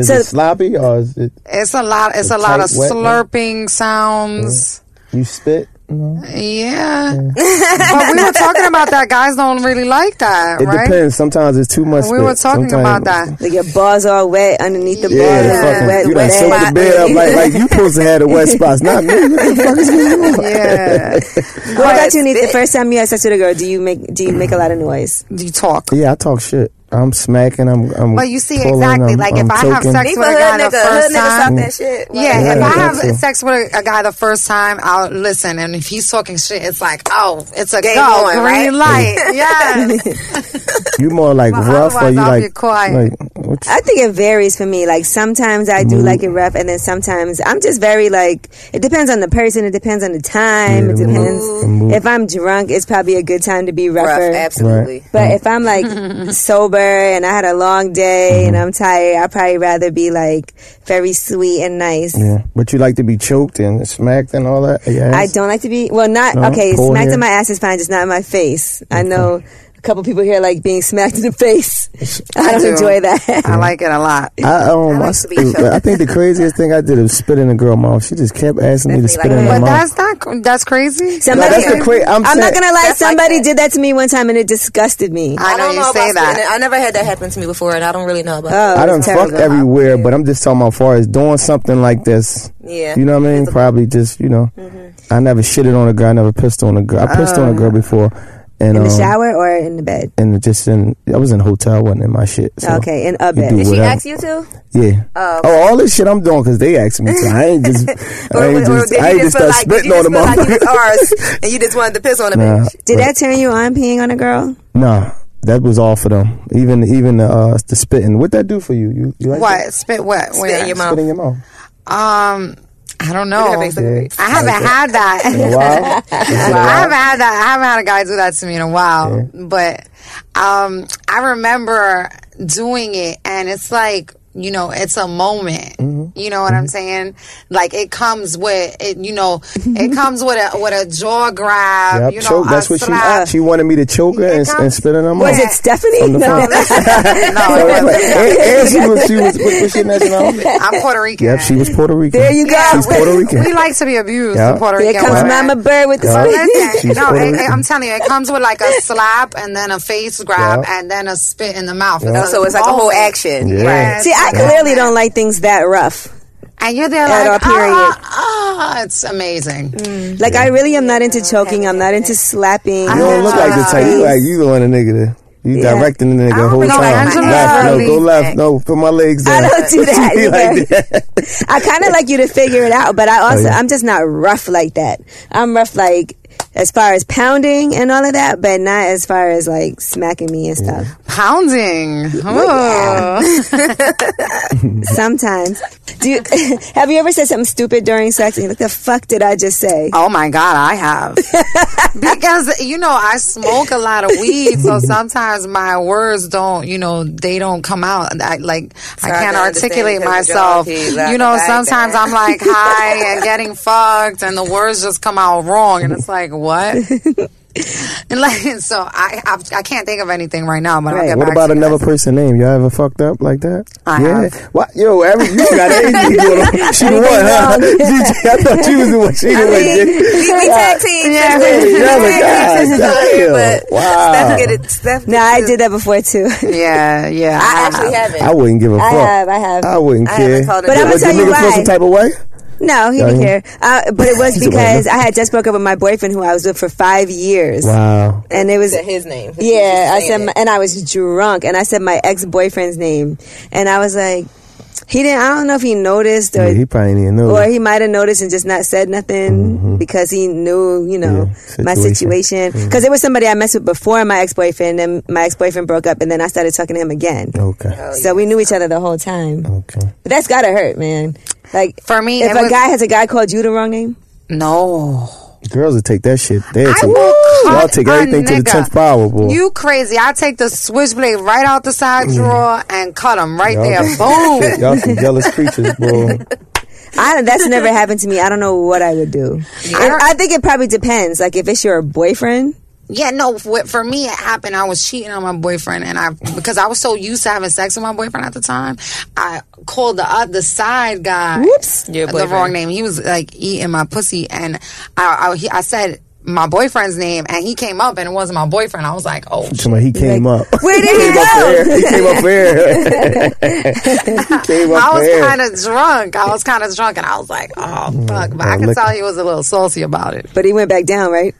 E: Is
B: So-
E: it sloppy or is it
C: It's a lot. It's
E: The
C: a lot of
E: tight, wet one.
C: slurping sounds.
E: you spit? No.
C: Yeah, but we were talking about that. Guys don't really like that,
E: It
C: right?
E: depends. Sometimes it's too much.
C: We
E: spit.
C: were talking about
E: Sometimes-
C: that.
B: Like your balls all wet underneath the
E: Yeah,
B: balls,
E: the
B: all
E: fucking,
B: wet,
E: you done
B: wet
E: soaked the
B: ass.
E: bed up like like you supposed to have the wet spots, not me. What the fuck is going on?
C: Yeah,
B: What about you, Neith? The first time you had sex with a girl, do you make do you make a lot of noise?
C: you talk.
E: Yeah, I talk shit. I'm smacking. I'm. I'm
C: But you see
E: pulling,
C: exactly.
E: I'm-
C: like
E: I'm
C: if I have
E: choking.
C: sex
D: Leave
C: with
D: a
C: a
D: hood
C: guy
D: nigga.
C: the
D: Hood
C: first
D: nigga stop
C: time,
D: that shit. Like,
C: Yeah, if
E: Yeah,
C: I have
E: that's it.
C: sex with a, a guy the first time, I'll listen. And if he's talking shit, it's like, oh, it's a
D: Game
C: go,
D: on,
C: green
D: right?
C: light. yeah.
E: You more like
C: Well,
E: rough or
C: otherwise
E: you
C: I'll
E: like
C: be quiet.
E: like what you,
B: I think it varies for me. Like sometimes I
E: Mm-hmm.
B: do like it rough, and then sometimes I'm just very like. It depends on the person. It depends on the time.
E: Yeah,
B: it
E: the mood.
B: depends.
E: The mood.
B: If I'm drunk, it's probably a good time to be
D: Rough,
B: rougher.
D: absolutely.
E: Right.
B: But if I'm like sober and I had a long day
E: Mm-hmm.
B: and I'm tired, I'd probably rather be like very sweet and nice.
E: Yeah. But you like to be choked and smacked and all that? Yes.
B: I don't like to be well. Not
E: No,
B: okay.
E: pull
B: Smacked
E: here.
B: in my ass is fine, just not in my face. I know a couple people here like being smacked in the face. I don't
C: do.
B: enjoy that.
C: I like it a lot.
E: I, um, I,
D: like
E: s-
D: to be choked.
E: I think the craziest thing I did was spit in a girl mouth. She just kept asking me to spit
D: Definitely
E: in
D: like
C: But
E: her mouth.
C: that's not that's crazy.
E: No,
B: Somebody,
E: that's the cra- I'm,
B: I'm
E: saying-
B: not gonna lie.
D: That's like
B: Somebody
D: that.
B: did that to me one time, and it disgusted me.
C: I know
D: don't
C: you
D: know
C: say
D: about spitting.
C: that.
D: I never had that happen to me before, and I don't really know about.
B: Oh,
E: I
D: it.
E: don't
B: it's terrible.
E: fuck everywhere, but I'm just talking about far as doing something like this.
D: Yeah.
E: You know what I mean? Probably just, you know, I never shitted on a girl. I never pissed on a girl. I pissed on a girl before. And,
B: in the
E: um,
B: shower or in the bed.
E: And just in, I was in a hotel, I wasn't in my shit. So
B: okay, in a
E: you do
B: bed.
D: She
E: whatever.
D: asked you to.
E: Yeah. Oh, all this shit I'm doing because they asked me to. I ain't just, I ain't just, I ain't just start spitting on the
D: Like you
E: motherfucker.
D: was ours, and you just wanted to piss on a
E: Nah,
D: bitch.
B: Did
E: but-
B: that turn you on peeing on a girl?
E: Nah, that was all for them. Even even the uh, the spitting. What that do for you? You, you like
C: What spit? What?
D: Spit in
C: Where?
D: your
E: that?
D: mouth.
E: Spit in your mouth.
C: Um, I don't know.
D: That makes sense.
E: Yeah.
C: I haven't had that.
E: Wow.
C: I haven't had that. I haven't had a guy do that to me in a while. But um, I remember doing it, and it's like you know, it's a moment.
E: Mm-hmm.
C: You know what I'm saying? Like it comes with it. You know, it comes with a with a jaw grab.
E: Yep,
C: you know,
E: choke.
B: uh,
C: a
E: That's what she
C: slap.
E: she wanted me to choke her and, and spit in her mouth.
B: Was it Stephanie?
E: On the
B: No.
E: phone. So it's like, and, and she was she was what, what's your nationality?
C: I'm Puerto Rican.
E: Yep, she was Puerto Rican.
B: There you go.
E: She's Puerto Rican.
C: We like to be abused.
E: Yeah.
C: in Puerto
B: Here
C: Rican
B: comes
C: women.
B: Mama Bird with the
E: Yeah.
B: spit.
E: She's
C: Listen, no,
E: Puerto
C: it, it,
E: Rican.
C: I'm telling you, it comes with like a slap and then a face grab
E: Yeah.
C: and then a spit in the mouth.
E: Yeah.
D: So it's like a whole action.
E: Yeah.
C: Yes.
B: See, I clearly don't like things that rough.
C: And you're there
B: At
C: like,
B: our period.
C: ah, ah, ah, it's amazing.
B: Like I really am not into choking. I'm not into slapping.
E: You don't look like the type. You like you want a nigga to. You
B: Yeah.
E: directing the nigga the whole
C: don't know,
E: time.
C: Angela.
E: Left, no, go
D: Please.
E: left, no, put my legs
B: I
E: down.
B: don't do that
E: You
B: either.
E: like that.
B: I kind of like you to figure it out, but I also
E: Oh, yeah.
B: I'm just not rough like that. I'm rough like as far as pounding and all of that, but not as far as like smacking me and stuff.
C: Pounding. Oh.
B: Sometimes, do you, have you ever said something stupid during sex and you're like, "The fuck did I just say?"
C: Oh my God, I have. because, you know, I smoke a lot of weed, so sometimes my words don't, you know, they don't come out. I, like, I
D: hard
C: can't
D: to understand
C: articulate
D: because the
C: myself.
D: geography is not
C: You know,
D: like
C: sometimes
D: that.
C: I'm like high and getting fucked, and the words just come out wrong, and it's like, what? And like, so I, I I can't think of anything right now, but I'll
B: Right.
C: get
E: What
C: back
E: about
C: to you
E: another
C: guys.
E: person name? Y'all ever fucked up like that?
C: I
E: yeah.
C: have.
E: What? Yo, every, you got anything going on. She the one, huh?
B: Anything
E: She- I thought she was the one. She the one.
D: We, we tag team.
C: Yeah.
D: tag team.
E: Yeah, but God,
D: But
E: wow.
D: Steph get it. Steph.
B: No, I did that before too.
C: Yeah, yeah.
D: I actually haven't.
E: I wouldn't give
B: I
E: a fuck.
B: have, I have.
E: I wouldn't
D: I
E: care.
D: haven't called it
B: But
D: a
B: I'ma
D: day.
E: Would
B: tell
E: the
B: you
E: nigga feel
B: why.
E: some type of way?
B: No, he didn't
E: Yeah.
B: care. Uh, but it was
E: He's a
B: because I had just broke up with my boyfriend who I was with for five years,
E: Wow.
B: and it was
D: said his name.
B: Yeah, I
D: He was just
B: said,
D: saying
B: my, and I was drunk, and I said my ex boyfriend's name, and I was like, he didn't. I don't know if he noticed or
E: Yeah, he probably didn't know.
B: or he might have noticed and just not said nothing because he knew, you know,
E: Yeah,
B: my
E: situation. Mm-hmm.
B: situation. Because it was somebody I messed with before my ex boyfriend, and my ex boyfriend broke up, and then I started talking to him again.
E: okay.
B: So we knew each other the whole time.
E: Okay.
B: But that's gotta hurt, man. Like
C: For me,
B: if
C: it
B: a
C: was-
B: guy has a guy called you the wrong name,
C: No.
E: Girls will take that shit. They
C: I
E: take,
C: will
E: y'all
C: cut
E: take
C: a
E: everything to the
C: nigga.
E: tenth power, boy. Mm.
C: You crazy. I take the switchblade right out the side drawer and cut him right
E: Y'all
C: there.
E: some-
C: Boom.
E: shit, y'all some jealous creatures, boy.
B: I don't, that's never happened to me. I don't know what I would do. And I think it probably depends. Like if it's your boyfriend.
C: Yeah, no, for, for me, it happened. I was cheating on my boyfriend, and I, because I was so used to having sex with my boyfriend at the time, I called the other the side guy.
B: Whoops.
D: Your
C: the
D: boyfriend.
C: wrong name. He was like eating my pussy, and I, I, he, I said my boyfriend's name, and he came up, and it wasn't my boyfriend. I was like, oh,
E: Somebody- he came up.
B: Where did he
E: He came
B: go?
E: up there. He came up there. he came up
C: I was
E: there. Mm,
C: kind of drunk. I was kind of drunk, and I was like, "Oh fuck!" But I
E: that
C: could
E: liquor.
C: tell he was a little saucy about it.
B: But he went back down, right?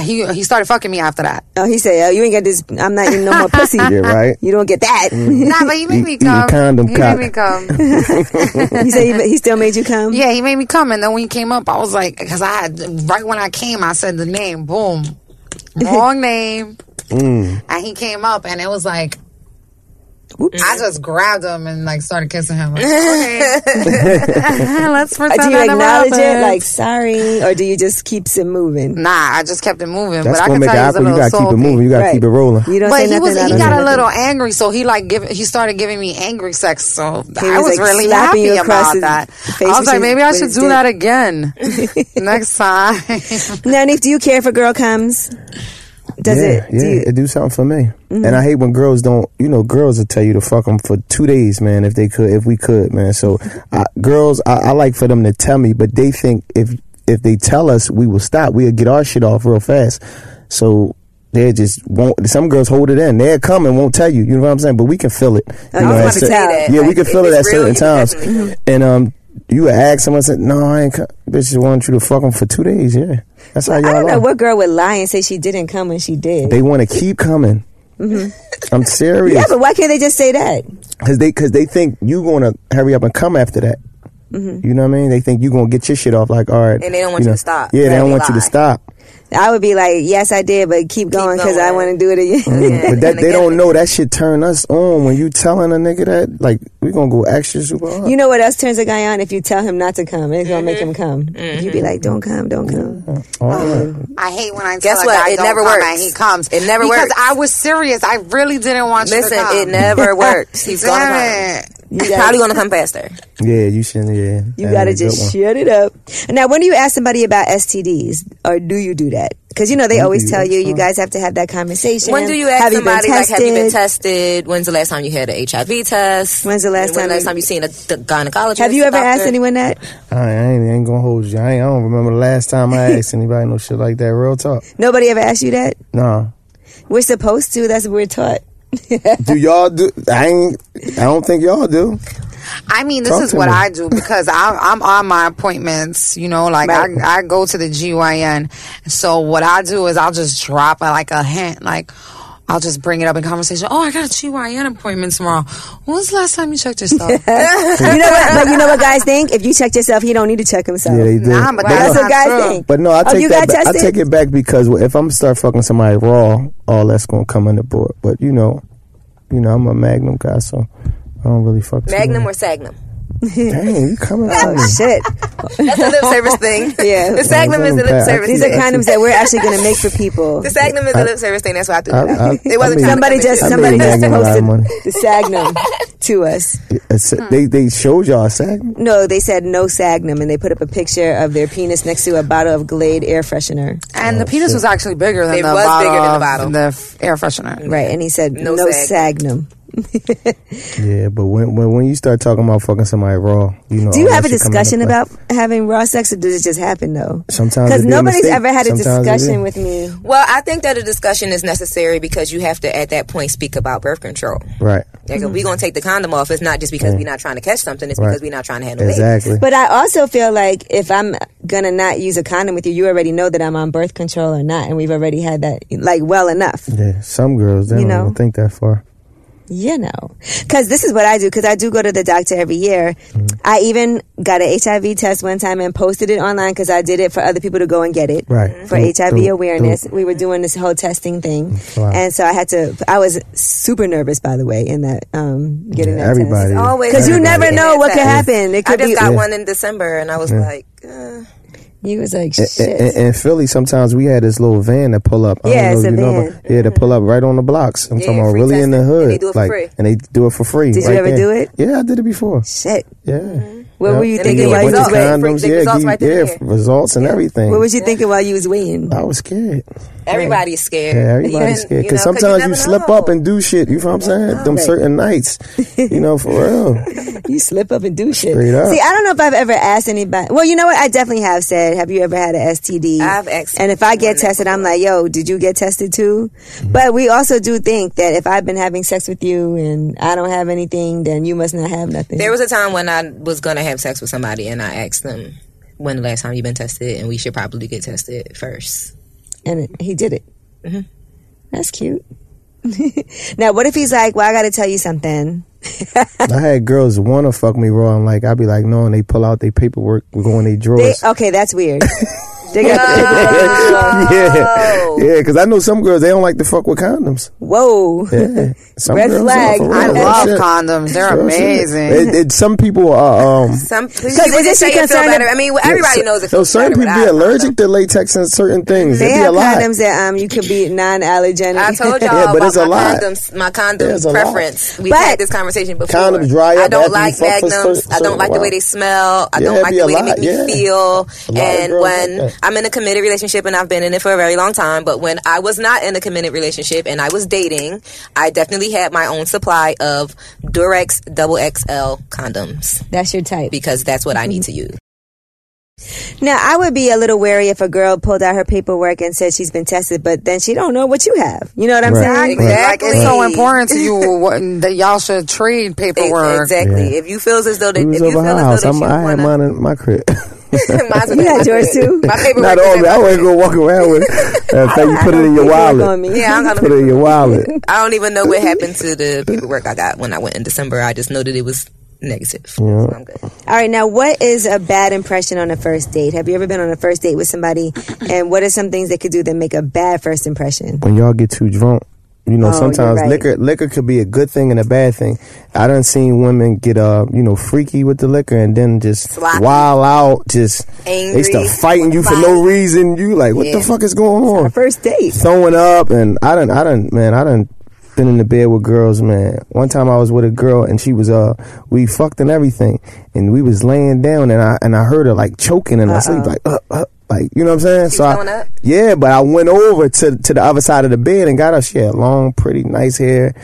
C: He he started fucking me after that.
B: Oh, he said, "Oh, you ain't get this. I'm not eating no more pussy.
E: Yeah, Mm-hmm. right.
B: You don't get that."
C: Nah, but he made me
E: Eat- eating
C: come.
E: condom
C: he
E: cock.
C: made me come.
B: he said he, he still made you come.
C: yeah, he made me come, and then when he came up, I was like, because I had right when I came, I said the name. Boom,
E: Mm.
C: wrong name, and he came up, and it was like. I just grabbed him and like started kissing him. Like, okay, let's pretend
B: do you
C: that never
B: acknowledge it
C: happened.
B: like sorry or do you just keeps it moving
C: nah, I just kept it moving.
E: That's
C: but I
E: gonna
C: can
E: make it
C: tell he's a
E: awkward. You
C: little
E: gotta keep
C: salty.
E: it moving. You gotta
B: Right.
E: keep it rolling.
B: you don't
C: But
B: say
C: he
B: nothing
C: was
B: I
C: he
B: don't
C: got
B: say
C: a little
B: nothing.
C: angry, so he like give he started giving me angry sex. So
B: He
C: I
B: was,
C: was,
B: like,
C: really
B: slapping
C: happy
B: you across
C: about
B: his
C: that.
B: face
C: I was
B: with
C: like,
B: his-
C: maybe I
B: with
C: should
B: his
C: do
B: dick.
C: that again next time.
B: now Nick do you care if a girl comes does
E: yeah,
B: it
E: Yeah,
B: do you, Mm-hmm.
E: it do something for me. And I hate when girls don't. You know, girls will tell you to fuck them for two days, man. If they could, if we could, man. So, I, girls, I, I like for them to tell me, but they think if if they tell us, we will stop. We'll get our shit off real fast. So. They just won't. Some girls hold it in. They'll come and won't tell you. You know what I'm saying? But we can feel it. You know,
B: was about
E: at
B: to say
E: cer-
B: that.
E: Yeah, we
D: Like,
E: can
D: if
E: feel it
D: it's
E: at certain
D: real, you can
E: times.
D: definitely
E: And um, you would ask someone said, "No, I ain't. co- Bitches want you to fuck them for two days." Yeah, that's how y'all.
B: I don't know
E: are.
B: what girl would lie and say she didn't come when she did
E: They want to keep coming.
D: Mm-hmm.
E: I'm serious
B: yeah but why can't they just say that
E: because they because they think you going to hurry up and come after that. You know what I mean? They think you going to get your shit off. Like all right,
D: Mm-hmm. And they don't want you
E: know.
D: to stop.
E: Yeah, they
D: Right,
E: don't
D: they
E: want you to
D: lie.
E: stop.
B: I would be like yes I did but keep going because I
D: going.
B: want to do it again
D: Yeah,
E: But that
D: and
E: they
D: again-
E: don't know that shit turn us on when you telling a nigga that like we gonna go extra super hard.
B: You know what else turns a guy on? If you tell him not to come, it's gonna
D: Mm-hmm.
B: make him come. You be like, "Don't come, don't come."
E: All right.
C: I hate when I
D: Guess
C: tell
D: what?
C: a guy
D: It
C: don't
D: never
C: come
D: works.
C: and he comes.
D: It never
C: because
D: works.
C: I was serious. I really didn't want you to
D: Listen,
C: come.
D: it never works. He's gonna come.
C: Damn it.
B: You
D: He's
B: gotta,
D: probably gonna come faster.
E: Yeah, you shouldn't. Yeah,
B: you
E: that
B: gotta
E: ain't a good
B: just
E: one.
B: shut it up. Now, when do you ask somebody about STDs, or do you do that? Because you know they always
E: you
B: tell
E: ask
B: you you guys have to have that conversation.
D: When do you ask
B: Have you been
D: somebody like, "Have you been
B: tested?
D: tested? When's the last time you had an HIV test?
B: When's the last
D: When's
B: time
D: the last
B: you-
D: time you seen a th- gynecologist?
B: Have you ever
D: doctor?
B: asked anyone that?
E: I ain't, ain't gonna hold you. I, ain't, I don't remember the last time I asked anybody no shit like that. Real talk.
B: Nobody ever asked you that.
E: Nah.
B: We're supposed to. That's what we're taught.
E: Do y'all do? I ain't. I don't think y'all do.
C: I mean, this
E: Talk
C: is
E: to
C: what
E: me.
C: I do because I'm, I'm on my appointments, you know, like
B: Right.
C: I, I go to the GYN. So what I do is I'll just drop uh, like a hint, like I'll just bring it up in conversation. Oh, I got a GYN appointment tomorrow. When was the last time you checked yourself?
B: you know what? But you know what guys think? If you check yourself, he don't need to check himself.
E: Yeah, they do.
C: Nah, but
B: That's
C: that's
E: no,
B: what
C: not
B: guys
C: true.
B: think.
E: but no, I
B: Oh,
E: take
B: you got
E: that. Back. I
B: tested?
E: take it back because if I'm start fucking somebody raw, all that's gonna come under board. But you know, you know, I'm a Magnum guy, so I don't really fuck. too
D: Magnum or
E: many.
D: Sagnum?
E: Dang, you coming out?
B: Oh, shit.
D: That's a lip service thing.
B: Yeah.
D: the Sagnum is the lip
E: Pat,
D: service.
B: These are
D: thing.
B: condoms that we're actually gonna make for people.
D: The Sagnum is the lip service thing. That's why I threw
E: I-
D: it
E: I-
D: out. It
E: I
D: wasn't
E: mean-
B: Somebody just
E: I made
B: somebody just
E: Magnum a lot
B: posted
E: of money.
B: the Sagnum to us.
E: It's-
B: Hmm.
E: They they showed y'all a Sagnum.
B: No, they said no Sagnum, and they put up a picture of their penis next to a bottle of Glade air freshener.
C: And the penis was actually bigger than
D: It
C: the
D: was
C: bottle.
D: bigger than the
C: of
D: bottle.
C: f- air freshener.
B: Right, and he said no,
D: No
B: Sagnum.
D: Sagnum.
E: Oh, Yeah, but when, when when you start talking about fucking somebody raw, you know.
B: Do you
E: all
B: have a
E: that shit come into
B: discussion
E: play.
B: about having raw sex, or does it just happen though?
E: Sometimes
B: Because
E: it be a
B: nobody's
E: mistake.
B: ever had a
E: Sometimes it
B: discussion
E: be.
B: with me.
D: Well, I think that a discussion is necessary because you have to, at that point, speak about birth control.
E: right?
D: Like, if we're going to take the condom off, it's not just because we're not trying to catch something, it's
E: Right.
D: because we're not trying to handle
E: Exactly.
B: But I also feel like if I'm gonna not use a condom with you, you already know that I'm on birth control or not, and we've already had that like well enough.
E: yeah, some girls they
B: You
E: don't
B: know.
E: even think that far.
B: you know because this is what i do because i do go to the doctor every year
E: Mm-hmm.
B: i even got an hiv test one time and posted it online because i did it for other people to go and get it
E: Right.
B: for
E: Do-
B: hiv
E: do-
B: awareness
E: do-
B: we were doing this whole testing thing
E: Mm-hmm. Wow.
B: and so i had to i was super nervous by the way in that um getting that test.
E: Everybody.
D: babies. Always.
B: Because you
D: everybody
B: never
D: in
B: know
D: that
B: what could
D: sense.
B: happen. It
D: I
B: could
D: just
B: be.
D: got one in December, and I was like, uh,
B: you was like
E: And-
B: shit.
E: And, and Philly, sometimes we had this little van that pull up. I
B: Yeah,
E: don't
B: it's a
E: know if you know,
B: van.
E: but- yeah, to pull up right on the blocks. I'm talking
D: Yeah,
E: about
D: free
E: really in the
D: testing.
E: hood,
D: And they do it for
E: like,
D: free.
E: and they do it for free.
B: Did you
E: right
B: ever
E: there.
B: do it?
E: Yeah, I did it before.
B: shit.
E: Yeah.
B: What
E: Yep.
B: were you
D: And they
B: thinking
D: give
B: while
D: you
B: you was
D: results.
B: waiting?
D: Free-
E: condoms,
D: the
E: yeah,
D: results
E: give-
D: right then and
E: yeah,
D: there.
E: results and everything.
B: What was you thinking while you was waiting?
E: I was scared.
D: everybody's scared.
E: Yeah, everybody's
D: Even,
E: scared
D: you
E: because
D: know,
E: sometimes you,
D: never
E: slip
D: know.
E: up and do shit. You know what I'm saying? Them
B: Right.
E: certain nights, you know, for real.
B: You slip up and do shit.
E: Straight up.
B: See, I don't know if I've ever asked anybody. Well, you know what? I definitely have said, "Have you ever had an STD?"
D: I've asked
B: and if I get
D: someone that
B: tested, I'm like, "Yo, did you get tested too?"
E: Mm-hmm.
B: But we also do think that if I've been having sex with you and I don't have anything, then you must not have nothing.
D: There was a time when I was going to have sex with somebody, and I asked them, when the last time you've been tested, and we should probably get tested first.
B: and it, he did it.
D: Mm-hmm.
B: That's cute. now, what if he's like, "Well, I got to tell you something."
E: I had girls want to fuck me raw. I'm like, I'd be like, no, and they pull out their paperwork, we go in their
B: They,
E: drawers.
B: okay, that's weird. They got
D: Oh.
E: yeah, yeah. Because I know some girls they don't like to fuck with condoms.
B: whoa.
E: Yeah, some
B: Red
E: girls,
B: flag.
E: for real,
C: I
B: Oh,
E: real
C: love
E: shit.
C: condoms. They're
E: Real shit.
C: amazing.
E: It, it, some people are. Um,
D: Some people
B: isn't
D: just
B: she
D: say it feel
B: concerned
D: better.
B: that-
D: I mean, well, everybody
E: so-
D: knows it
E: So
D: feels
E: certain
D: better,
E: people
D: but
E: be
D: I-
E: allergic to latex and certain things.
B: They
E: It'd be a
B: have
E: lot.
B: condoms that um you could be non-allergenic.
D: I told y'all
E: Yeah, but
D: about
E: it's a
D: my
E: lot.
D: condoms, my
E: There's
D: condom
E: a lot.
D: preference. We've
B: But-
D: had this conversation before.
E: Condoms dry up
D: I don't
E: after you
D: like
E: fuck for
D: magnums.
E: certain-
D: I don't like the
E: while.
D: way they smell. I
E: Yeah,
D: don't
E: it'd
D: like
E: be
D: the
E: a
D: way
E: lot,
D: they make me
E: yeah.
D: feel.
E: of
D: And
E: girls
D: when
E: like that.
D: I'm in a committed relationship, and I've been in it for a very long time, but when I was not in a committed relationship and I was dating, I definitely had my own supply of Durex Double XL condoms
B: That's your type.
D: because that's what I need to use.
B: Now, I would be a little wary if a girl pulled out her paperwork and said she's been tested, but then she don't know what you have. You know what I'm
E: Right.
B: saying?
C: Like it's so important to you what, that y'all should trade paperwork.
D: E, Exactly. If you feels as though that,
E: We
D: if you
E: was
D: feel
E: over her house.
D: as though
E: I'm, I
D: that
E: had
D: you
E: mine
D: want
E: in my crib.
D: to,
B: You had yours too?
D: My paperwork
E: Not
D: is
E: all
D: in
E: of it.
D: my
E: I
D: crib.
E: wouldn't go walking around with it. In fact, you put it in your
B: On
E: wallet.
B: me.
D: Yeah, I'm gonna
E: Put it in your wallet.
D: I don't even know what happened to the paperwork I got when I went in December. I just know that it was negative. So I'm good.
B: All right, now what is a bad impression on a first date? Have you ever been on a first date with somebody? And what are some things they could do that make a bad first impression?
E: when y'all get too drunk. You know,
B: Oh,
E: sometimes
B: you're right.
E: liquor liquor could be a good thing and a bad thing. I done seen women get uh, you know, freaky with the liquor and then just
D: Sloppy.
E: wild out, just
D: Angry.
E: they start fighting you for no
D: Fight.
E: reason. You like, what the fuck is going on?
B: First date.
E: throwing up and I done I done man, I done been in the bed with girls, man. One time I was with a girl and she was uh we fucked and everything and we was laying down and I and I heard her like choking in my sleep like uh, uh, like you know what I'm saying? so
D: throwing
E: I,
D: up?
E: Yeah, but I went over to to the other side of the bed and got her. She had long, pretty, nice hair.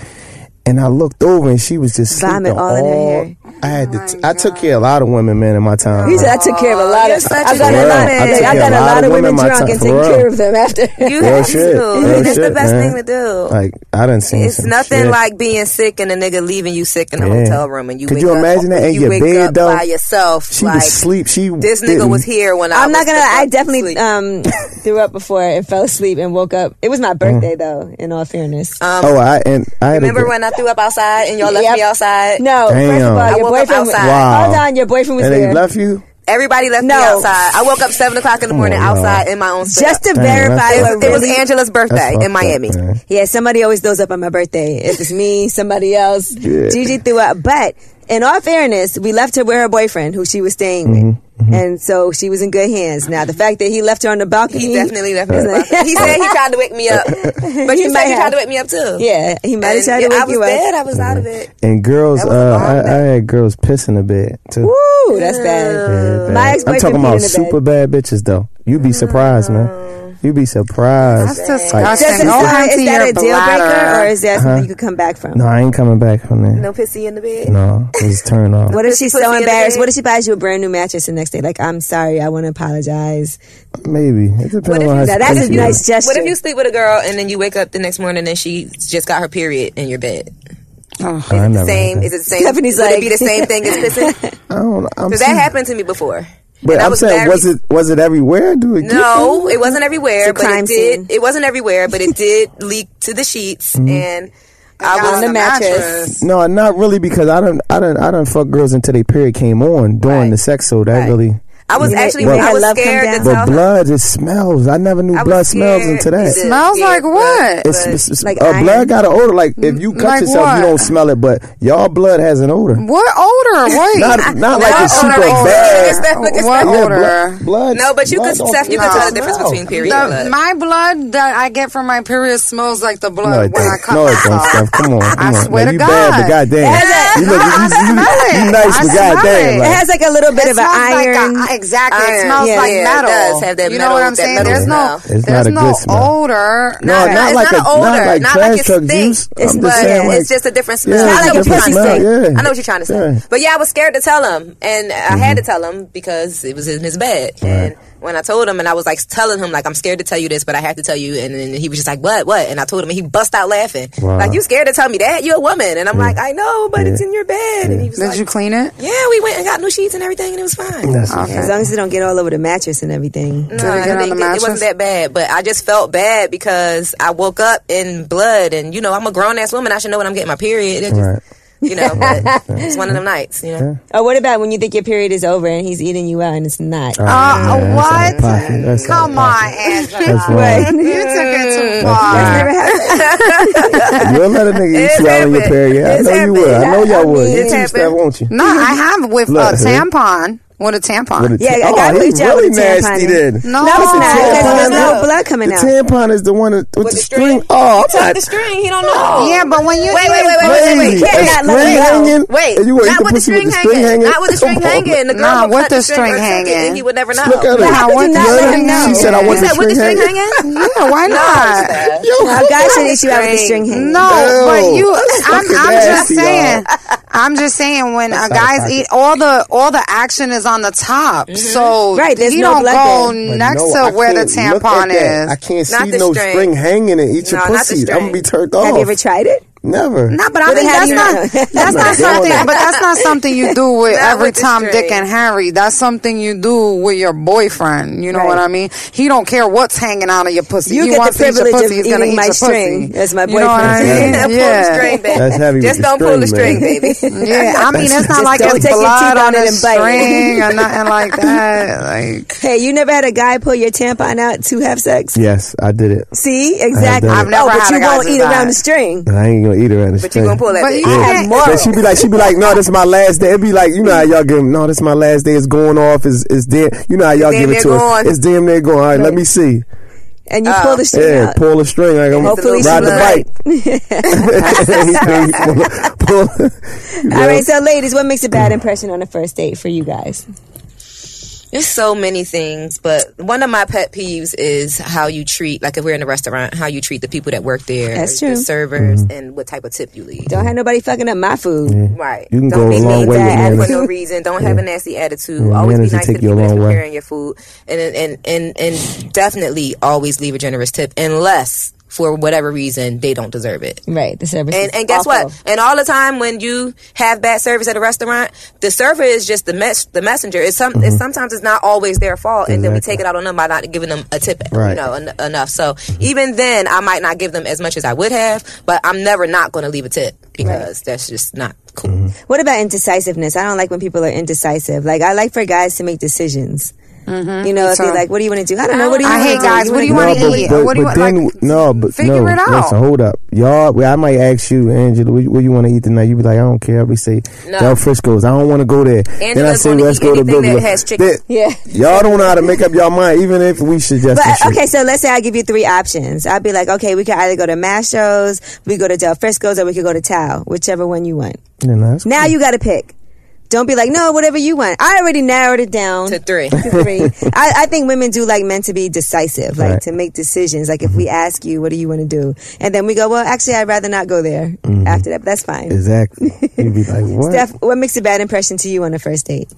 E: And I looked over and she was just
B: Vomit
E: sleeping
B: all in her hair.
E: I had to. t- I took care of a lot of women, man, in my time.
B: You said I took care of a lot of. I got a
E: good
B: lot of.
E: woman. I took
B: I
E: care
B: got
E: of
B: a lot of women
E: my
B: drunk
E: time,
B: and
E: for
B: take
E: real.
B: care of them after.
D: You
E: Real
D: have
E: shit.
D: to.
E: Real
D: it's the
E: shit,
D: best
E: man.
D: thing to do.
E: Like I done seen.
D: it's
E: some
D: nothing
E: shit.
D: like being sick and a nigga leaving you sick in a
E: Yeah.
D: hotel room and you.
E: Could
D: wake
E: you
D: up-
E: imagine that in
D: you
E: your
D: wake
E: bed,
D: up
E: though?
D: by yourself?
E: She
D: like,
E: was asleep. She
D: This nigga
E: didn't.
D: was here when I.
B: I'm not
D: was
B: gonna. I
D: fucking
B: definitely
D: asleep.
B: um threw up before and fell asleep and woke up. It was my birthday though. In all fairness.
E: Oh, I and I had a,
D: Remember
E: good-
D: when I threw up outside and y'all left
B: Yep.
D: me outside?
B: No, first
E: Damn.
B: of all,
E: I
B: your
D: woke up
B: boyfriend. Was,
D: outside.
E: Wow.
B: Hold on, your boyfriend was
E: and
B: there.
E: they left you.
D: Everybody left me
B: No.
D: outside. I woke up seven o'clock in the morning
E: on, y'all.
D: outside in my own. spit
B: Just to
D: up.
B: verify,
D: it
E: that's
B: what
D: was, it was
B: really-
E: That's
D: Angela's birthday
E: fucked
D: in
E: up,
D: Miami.
E: man.
B: Yeah, somebody always throws up on my birthday. If it's me, somebody else. Gigi threw up. But in all fairness, we left her with her boyfriend who she was staying with.
E: Mm-hmm,
B: And so she was in good hands. Now, the fact that he left her on the balcony.
D: He definitely left me. on the balcony. He said he tried to wake me up, but
B: He
D: you
B: might
D: said you
B: have.
D: tried to wake me up too.
B: Yeah, he might have
D: And
B: tried to
D: yeah,
B: wake
D: I was
B: you
D: dead.
B: up.
D: I was out of it.
E: And girls, uh,
D: That was a bomb
E: I, I
D: night.
E: had girls piss in the bed too.
B: Woo, that's bad.
E: Yeah, bad.
B: My
E: I'm
B: ex-boyfriend
E: talking
B: peed in
E: about
B: the
E: super bad bitches though. You'd be surprised, man. You'd be surprised.
C: That's disgusting.
E: Like,
B: Does it
C: Go
B: sound-
C: empty
B: is that
C: your
B: a deal breaker
C: bladder.
B: or is that
E: Uh-huh.
B: something you could come back from?
E: no, I ain't coming back from that.
D: No pissy in the bed.
E: No, it's turn off.
B: What if she's
D: pussy
B: so
D: in the
B: embarrassed?
D: bed.
B: What if she buys you a brand new mattress the next day? Like, I'm sorry, I want to apologize.
E: Maybe it depends on how
B: Now,
E: she
B: that's a
E: feels.
B: nice gesture.
D: What if you sleep with a girl and then you wake up the next morning and she just got her period in your bed?
B: Oh.
E: I never had
D: Same?
E: that.
D: Is it the same?
B: Stephanie's
D: would
B: like-
D: it be the same thing as pissing?
E: I don't. know. I'm
D: Because that happened to me before.
E: But
D: And I
E: I'm
D: was
E: saying,
D: very-
E: was it was it everywhere? Do it?
D: No, it wasn't
B: It's
D: everywhere,
B: a
D: but
B: crime
D: it did.
B: scene. Mm-hmm.
D: It wasn't everywhere, but it did leak to the sheets, and I
C: Y'all
D: was
B: on the mattress.
E: No, not really because I don't I don't I don't fuck girls until they period came on during
D: Right.
E: the sex. So that really. Mm.
D: I was
B: You made-
D: actually
B: you made
D: I
B: her
D: was
B: love come
D: scared
B: down?
D: to
E: But
D: tell her.
E: blood, it smells. I never knew
D: I was
E: blood smells
D: scared
E: until
D: to-
E: that.
C: Smells
D: yeah,
C: like
D: but-
C: what?
E: It's,
D: but-
E: it's, it's-
B: Like
E: uh,
B: iron?
E: blood got an odor. Like if
D: Mm.
E: you cut
C: Like
E: yourself, you
C: what?
E: don't smell it, but y'all blood has an odor.
C: What odor? Wait.
E: Not not like it's
C: What
E: super
C: odor?
E: bad.
C: What
E: Yeah,
C: odor?
E: blood, blood-
D: No, but you
E: blood
D: could,
E: don't
D: Steph, you could
E: smell.
D: tell the difference
E: Smell.
D: between period
C: The-
D: and blood.
C: my blood that I get from my period smells like the
E: No,
C: blood
E: it
C: when I
E: don't.
C: cut
E: No, it don't,
C: myself.
E: Steph. Come on, come on.
C: swear
E: Now,
C: to
E: you bad, but
C: God.
E: goddamn, you, look, you, you, you,
C: it.
E: nice,
C: I
E: but
C: smell
E: goddamn,
C: it.
E: like,
B: It has like a little bit
C: It
B: of an
C: smells like
B: iron.
C: a- exactly. It
D: iron.
C: smells
D: Yeah,
C: like
D: yeah, it
C: metal.
D: does have that
C: you
D: metal-
C: know what I'm
D: that
C: saying?
D: metal
C: There's no,
D: smell.
C: there's
E: It's not a
C: no
E: good smell.
C: odor.
E: No,
D: Nah,
E: not
D: it's
E: like
D: not
E: a-
D: an odor,
E: not like
D: not
E: trash
D: like it
E: truck
D: stinks.
E: juice.
D: It's,
E: I'm
D: but
E: just saying, like-
D: it's just a different
E: Yeah,
D: smell.
B: It's not like a
D: I know what
B: pussy
D: you're trying to
B: smell,
D: say.
E: yeah.
D: I know what you're trying to say.
E: Yeah. Mm-hmm.
D: But yeah, I was scared to tell him, and I had to tell him because it was in his bed. And when I told him, and I was like telling him, like I'm scared to tell you this, but I have to tell you. And then he was just like, what, what? And I told him, and he bust out laughing.
E: Wow.
D: Like you scared to tell me that? You're a woman. And I'm like, I know, but it's in your bed. And he was
C: Did
D: like,
C: you clean it?
D: yeah, we went and got new sheets and everything, and it was fine.
E: That's
B: As long as it don't get all over the mattress and everything.
D: No,
C: it get on the
D: didn't it
C: mattress?
D: wasn't that bad, but I just felt bad because I woke up in blood, and you know I'm a grown ass woman. I should know when I'm getting my period. It just,
E: Right.
D: you know, but it's one of them nights, you know.
B: Or what about when you think your period is over and he's eating you out and it's not?
C: Uh,
E: Out of
C: what?
E: pocket. That's out of
C: Come on,
E: pocket.
C: Angela.
E: That's
C: You took it too
E: That's
C: far.
E: You'll let a nigga eat you out of your period. I
D: It's
E: know you
D: happened.
E: would. I know y'all would. You
D: It's
E: too, Steph,
D: happened.
E: won't you?
C: No, I have with
E: Look,
C: a
E: see?
C: tampon. With a tampon.
E: With a
B: Yeah, I
E: tam-
B: gotta
E: oh,
B: reach
E: he's
B: out
E: really
B: with the tampon.
E: nasty then.
C: no,
B: No, it's not. Because there's
D: tampon
B: no
D: is-
B: blood coming
E: The
B: out.
E: tampon is the one that, with, the, string. Oh, I'm not.
D: the string, he don't know.
C: Yeah, but when you
D: Wait, wait, wait,
E: Crazy.
D: wait, wait, wait.
E: A
D: You cannot let
E: string
D: it go.
E: hanging?
D: Wait,
E: And you gonna eat
D: not
E: the pussy
D: with the
E: with
D: string
E: the string
D: hanging.
E: hanging?
D: Not with the
E: Come
D: string
E: on.
D: hanging. The girl
C: Nah,
D: will
C: with
D: cut
C: the
D: string
C: string
D: or something,
C: hanging.
D: and He would never know.
E: Look at her.
B: How could you not
E: You
B: let
E: heard
B: him
E: her?
B: know?
E: She said, I want
D: Is
E: the
D: that with
E: string
D: the string
E: hanging.
D: hanging?
C: Yeah, why not?
B: No, God should eat you out with the string hanging.
C: No, but you. I'm,
E: fucking
C: I'm just
E: nasty,
C: saying. I'm just saying when a guys eat all the all the action is on the top, so
B: Right, there's
C: he
B: no
C: don't
B: blood
C: go
B: there.
E: But
C: next
E: no,
C: to
E: I
C: where the
E: can't look at
C: tampon
E: that. I
C: is.
E: can't
D: Not
E: see
D: the
E: no
D: string.
E: string hanging and eat your
D: No, not the
E: pussy. I'm gonna
D: string.
E: be turned
B: Have you ever
E: off.
B: tried it?
E: Never.
C: No, but I
B: But
C: mean
B: it
C: that's
B: has
C: not
B: no-
C: that's not
E: I'm not doing
C: something.
E: that.
C: But that's not something you do with
D: Not
C: every
D: with the
C: Tom, Dick,
D: string.
C: and Harry. That's something you do with your boyfriend. You know what I mean? He don't care what's hanging out of your pussy.
B: You
C: he
B: get the
C: wants to eat your
B: privilege of
C: pussy. He's gonna
B: eating
C: eat
B: my
C: your
B: string
C: pussy.
B: as my
C: You know what I
E: boyfriend.
D: Pull
C: mean?
D: the
C: Yeah.
D: string, baby.
E: That's heavy with
D: Just
E: the
D: don't pull the
E: string,
D: string, baby.
C: Yeah, I mean, it's not
B: Just
C: like
B: don't
C: it's
B: take your
C: blood
B: teeth out
C: on a
B: and bite it.
C: string or nothing like that. Like,
B: Hey, you never had a guy pull your tampon out to have sex?
E: Yes, I did it.
B: See, exactly.
E: done it. I've
C: never
B: oh, but
C: had
B: you
C: a guy
B: won't
C: do
B: eat
C: that.
B: around the string.
E: I ain't gonna eat her at the
D: But you gonna pull that
C: But
D: baby.
C: you can't-
E: But she be like, she be like, no, this is my last day. It be like, you know how y'all give him, no, this is my last day. It's going off. It's it's damn. You know how y'all
D: Damn
E: give it
D: near
E: to us.
D: gone.
E: It's damn near going. All right, let me see.
B: And you pull the string
E: Yeah,
B: out.
E: pull the string. Like I'm
B: Hopefully she
E: ride
B: was
E: the
B: right.
E: bike. Anything, pull, pull, you
B: All
E: know?
B: right, so ladies, what makes a
C: Mm.
B: bad impression on a first date for you guys?
D: There's so many things, but one of my pet peeves is how you treat, like if we're in a restaurant, how you treat the people that work there,
B: That's
D: the
B: true.
D: servers,
E: Mm-hmm.
D: and what type of tip you leave.
B: Don't have nobody fucking up my food.
C: Mm-hmm.
D: Right.
E: You can
D: Don't
E: go a
D: be
E: long
D: mean
E: way
D: to
E: with
D: add for
E: manners.
D: no reason. Don't have a nasty attitude.
E: Yeah,
D: always be
E: manners will
D: nice to
E: take
D: the
E: you a
D: people that's
E: long way.
D: preparing your food, and and and and definitely always leave a generous tip, unless for whatever reason they don't deserve it.
B: Right, the service.
D: And,
B: is
D: and guess
B: awful.
D: what? And all the time when you have bad service at a restaurant, the server is just the mes- the messenger. It's some it's sometimes it's not always their fault, and then we
E: Exactly.
D: take it out on them by not giving them a tip,
E: Right.
D: you know, en- enough. So even then, I might not give them as much as I would have, but I'm never not going to leave a tip because that's just not cool.
B: What about indecisiveness? I don't like when people are indecisive. Like I like for guys to make decisions. You know, if
C: so-
B: you're like, what do you want to do? I don't know. What do you
C: I
B: want to
C: hate
B: do?
C: guys. What do you wanna
B: do?
E: but,
C: eat?
E: But,
C: What do you
E: but
C: want-
E: then,
C: like,
E: no, but no.
C: figure it out.
E: Listen, hold up, y'all. well, I might ask you, Angela, what, you- what you want to eat tonight? You be like, I don't care. I be say,
D: No.
E: Del Frisco's. I don't want to go there. then I
D: Angela's
E: say,
D: gonna
E: let's
D: eat
E: go to
D: anything that
E: Google.
D: has chicken.
B: Yeah.
E: Y'all don't know how to make up y'all mind, even if we suggest
B: But
E: some shit.
B: okay, so let's say I give you three options. I'd be like, okay, we could either go to Mastro's, we go to Del Frisco's, or we could go to Tao, whichever one you want.
E: You know, that's
B: Now you got to pick. Don't be like, no, whatever you want. I already narrowed it down
D: To three.
B: to three. I, I think women do like men to be decisive, like
E: Right. Mm-hmm.
B: to make decisions. Like if we ask you, what do you want to do? And then we go, well, actually, I'd rather not go there
E: Mm-hmm.
B: after that, but that's fine.
E: Exactly. You'd be like, what?
B: Steph, what makes a bad impression to you on a first date?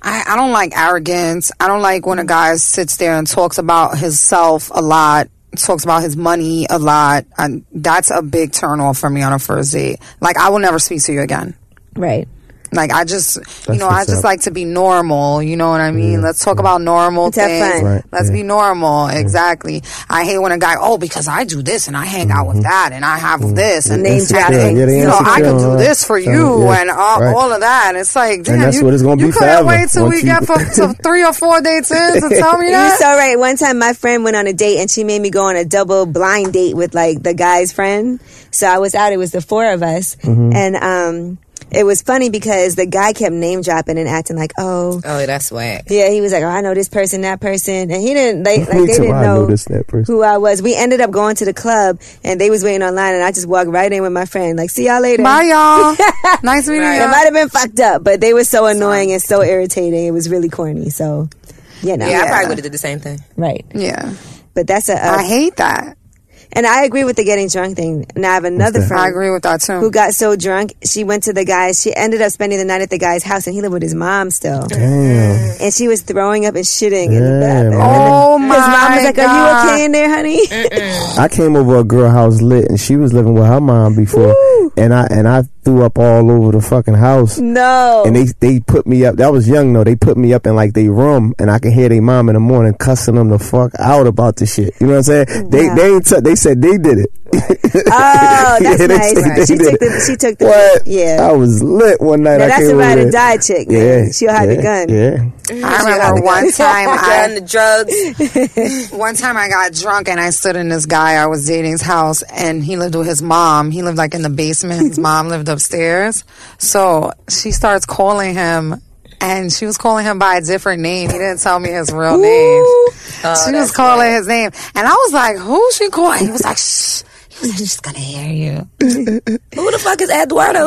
C: I, I don't like arrogance. I don't like when a guy sits there and talks about himself a lot, talks about his money a lot. And that's a big turn off for me on a first date. Like, I will never speak to you again.
B: Right.
C: Like I just, you
E: That's
C: know, I
E: what's
C: just
E: up.
C: like to be normal. You know what I mean? Let's talk about normal
B: Let's have
C: things.
B: fun.
E: Right,
C: Let's
E: yeah.
C: be normal. Exactly. I hate when a guy, oh, because I do this and I hang out with that and I have this and,
B: Name
C: and,
B: dropping.
C: and,
B: Yeah,
E: they
C: you know, I
E: Mm-hmm. insecure
C: can
E: and
C: do
E: all
C: this
E: that.
C: for
E: So,
C: you
E: yeah,
C: and all,
E: right.
C: all of that. It's like, damn,
E: that's
C: you,
E: what it's gonna
C: you
E: be
C: couldn't
E: forever.
C: wait till
E: Once
C: we
E: you-
C: get for, to three or four dates in to tell me
B: You're
C: that.
B: so right. One time, my friend went on a date and she made me go on a double blind date with like the guy's friend. So I was out. It was the four of us,
E: Mm-hmm.
B: and um, it was funny because the guy kept name dropping and acting like, "Oh,
D: Oh, that's whack.
B: yeah." He was like, "Oh, I know this person, that person," and he didn't. They, like
E: Me
B: they
E: too,
B: didn't
E: I know
B: know
E: this, that person.
B: who I was. We ended up going to the club, and they was waiting online, and I just walked right in with my friend. Like, see y'all later.
C: Bye, y'all. nice meeting
D: Right.
B: It
C: you.
B: might have been fucked up, but they were so annoying and so irritating. It was really corny. So, you know,
D: Yeah, I probably would have did the same thing.
B: right.
C: Yeah.
B: But that's a, a
C: I hate that.
B: And I agree with the getting drunk thing. And I have another
E: that?
B: friend
C: I agree with that too.
B: who got so drunk, she went to the guy's, she ended up spending the night at the guy's house, and he lived with his mom still.
E: Damn.
B: And she was throwing up and shitting in the
E: Yeah,
B: bathroom.
E: man.
C: Oh my
B: His mom was like,
C: God. Uh,
B: Are you okay in there, honey?
E: I came over a girl house lit, and she was living with her mom before, and I and I threw up all over the fucking house.
B: no.
E: And they they put me up. That was young though. They put me up in like they room, and I can hear they mom in the morning cussing them the fuck out about the shit. You know what I'm saying? They
B: Wow.
E: they ain't t- they said they did it.
B: Oh, that's
E: Yeah, they
B: nice.
E: took- they
B: She
E: did.
B: took the she took the
E: What?
B: yeah.
E: I was lit one night.
B: Now
E: I
B: that's
E: came
B: a ride
E: over
B: or
E: there.
B: die chick. Man.
E: Yeah,
B: She'll hide
E: yeah,
B: a gun.
E: Yeah,
C: I remember one time I
D: Done the drugs.
C: One time I got drunk and I stood in this guy I was dating's house and he lived with his mom. He lived like in the basement. His mom lived upstairs. So she starts calling him and she was calling him by a different name. He didn't tell me his real name. she was calling his name. And I was like, who's she calling? He was like, shh. He was like, she's gonna hear you.
D: Who the fuck is Eduardo?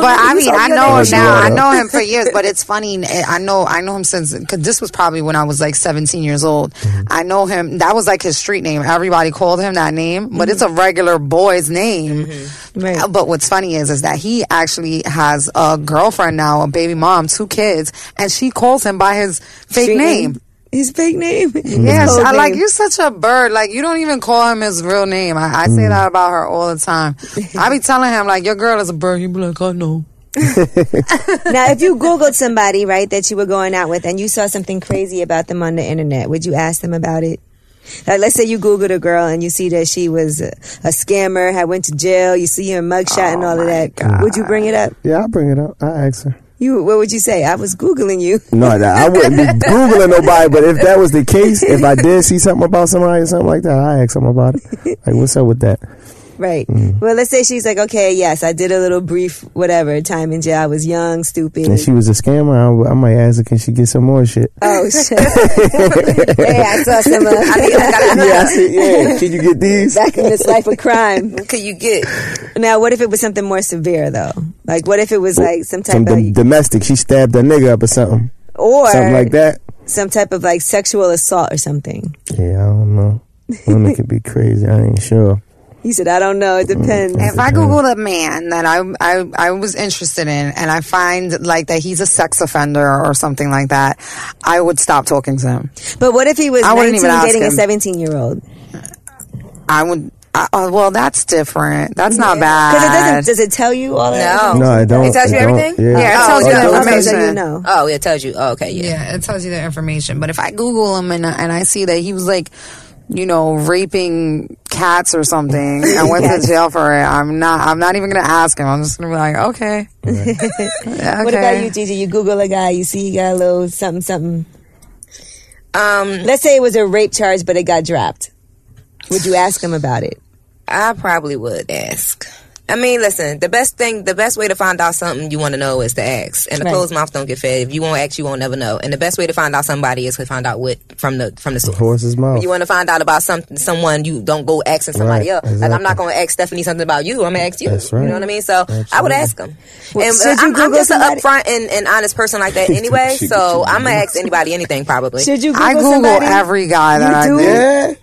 C: But I
D: You
C: mean,
D: saw
C: I
D: your
C: know
D: name.
C: him now. I
E: Eduardo.
C: know him for years, but it's funny. eh, I know, I know him since because this was probably when I was like 17 years old.
B: Mm-hmm.
C: I know him. That was like his street name. Everybody called him that name, but it's a regular boy's name.
B: Mm-hmm. Right.
C: Uh, But what's funny is, is that he actually has a girlfriend now, a baby mom, two kids, and she calls him by his fake
B: Street
C: name.
B: His fake name.
E: Mm-hmm.
C: Yeah,
B: His
C: she-
B: code
C: I like
B: name.
C: you're such a bird. Like you don't even call him his real name. I, I
B: Mm.
C: say that about her all the time. I be telling him like your girl is a bird. He be like, I know.
B: Now, if you Googled somebody, right, that you were going out with and you saw something crazy about them on the internet, would you ask them about it? Like, let's say you Googled a girl and you see that she was a, a scammer, had went to jail, you see her mugshot
E: Oh
B: and all of that. Would you bring it up?
E: yeah. I bring it up. I ask her.
B: You, what would you say? I was Googling you.
E: No, I- I wouldn't be googling nobody. But if that was the case, if I did see something about somebody or something like that, I ask them about it. Like, what's up with that?
B: Right. Well, let's say she's like, okay, yes, I did a little brief whatever time in jail. I was young, stupid.
E: And she was a scammer. I, w- I might ask her, can she get some more shit?
B: oh, shit. hey, I saw some. Uh, I think I got
E: yeah, I said, yeah. Can you get these?
B: back in this life of crime.
D: What could you get?
B: Now, what if it was something more severe though? Like, what if it was like some type
E: Some
B: of
E: dom- domestic. She stabbed a nigga up or something.
B: or
E: something like that.
B: some type of like sexual assault or something?
E: Yeah, I don't know. Women could be crazy. I ain't sure.
B: You said, I don't know. It depends.
C: If I Google a man that I, I I was interested in and I find like that he's a sex offender or something like that, I would stop talking to him.
B: But what if he was
C: I wouldn't
B: 19
C: even ask
B: dating a
C: him.
B: 17 year old?
C: I would. I, oh, well, that's different. That's not bad.
B: Because it doesn't. Does it tell you all that?
D: No.
E: No, I don't.
D: It tells
E: I
D: you
E: don't.
D: everything?
E: Yeah.
C: yeah, it
D: Oh,
C: tells you
D: yeah.
C: the
D: Okay,
B: Okay,
C: information.
B: so you know.
D: Oh, it tells you. Oh, okay, yeah.
C: Yeah, it tells you the information. But if I Google him and and I see that he was like, you know, raping cats or something, I went to jail for it. I'm not. I'm not even gonna ask him. I'm just gonna be like, okay. Yeah, okay.
B: What about you, Gigi? You Google a guy, you see he got a little something, something.
D: Um,
B: Let's say it was a rape charge, but it got dropped. Would you ask him about it?
D: I probably would ask. I mean, listen, the best thing, the best way to find out something you want to know is to ask. And the
B: Right.
D: closed mouth don't get fed. If you won't ask, you won't never know. And the best way to find out somebody is to find out what from the from the source.
E: Horse's mouth.
D: You want to find out about some someone, you don't go asking somebody
E: Right,
D: else. Like I'm not
E: exactly.
D: going to ask Stephanie something about you. I'm going to ask you.
E: That's
D: You
E: right.
D: know what I mean? So I would
E: Absolutely.
D: ask them. and uh,
B: should you
D: I'm, I'm
B: Google
D: just an
B: somebody?
D: upfront and, and honest person like that anyway.
E: Should
D: so
E: you
D: I'm going to ask anybody anything probably.
B: Should you Google,
C: I Google
B: somebody?
C: every guy that
B: You
C: I
B: do?
C: date.
E: Yeah.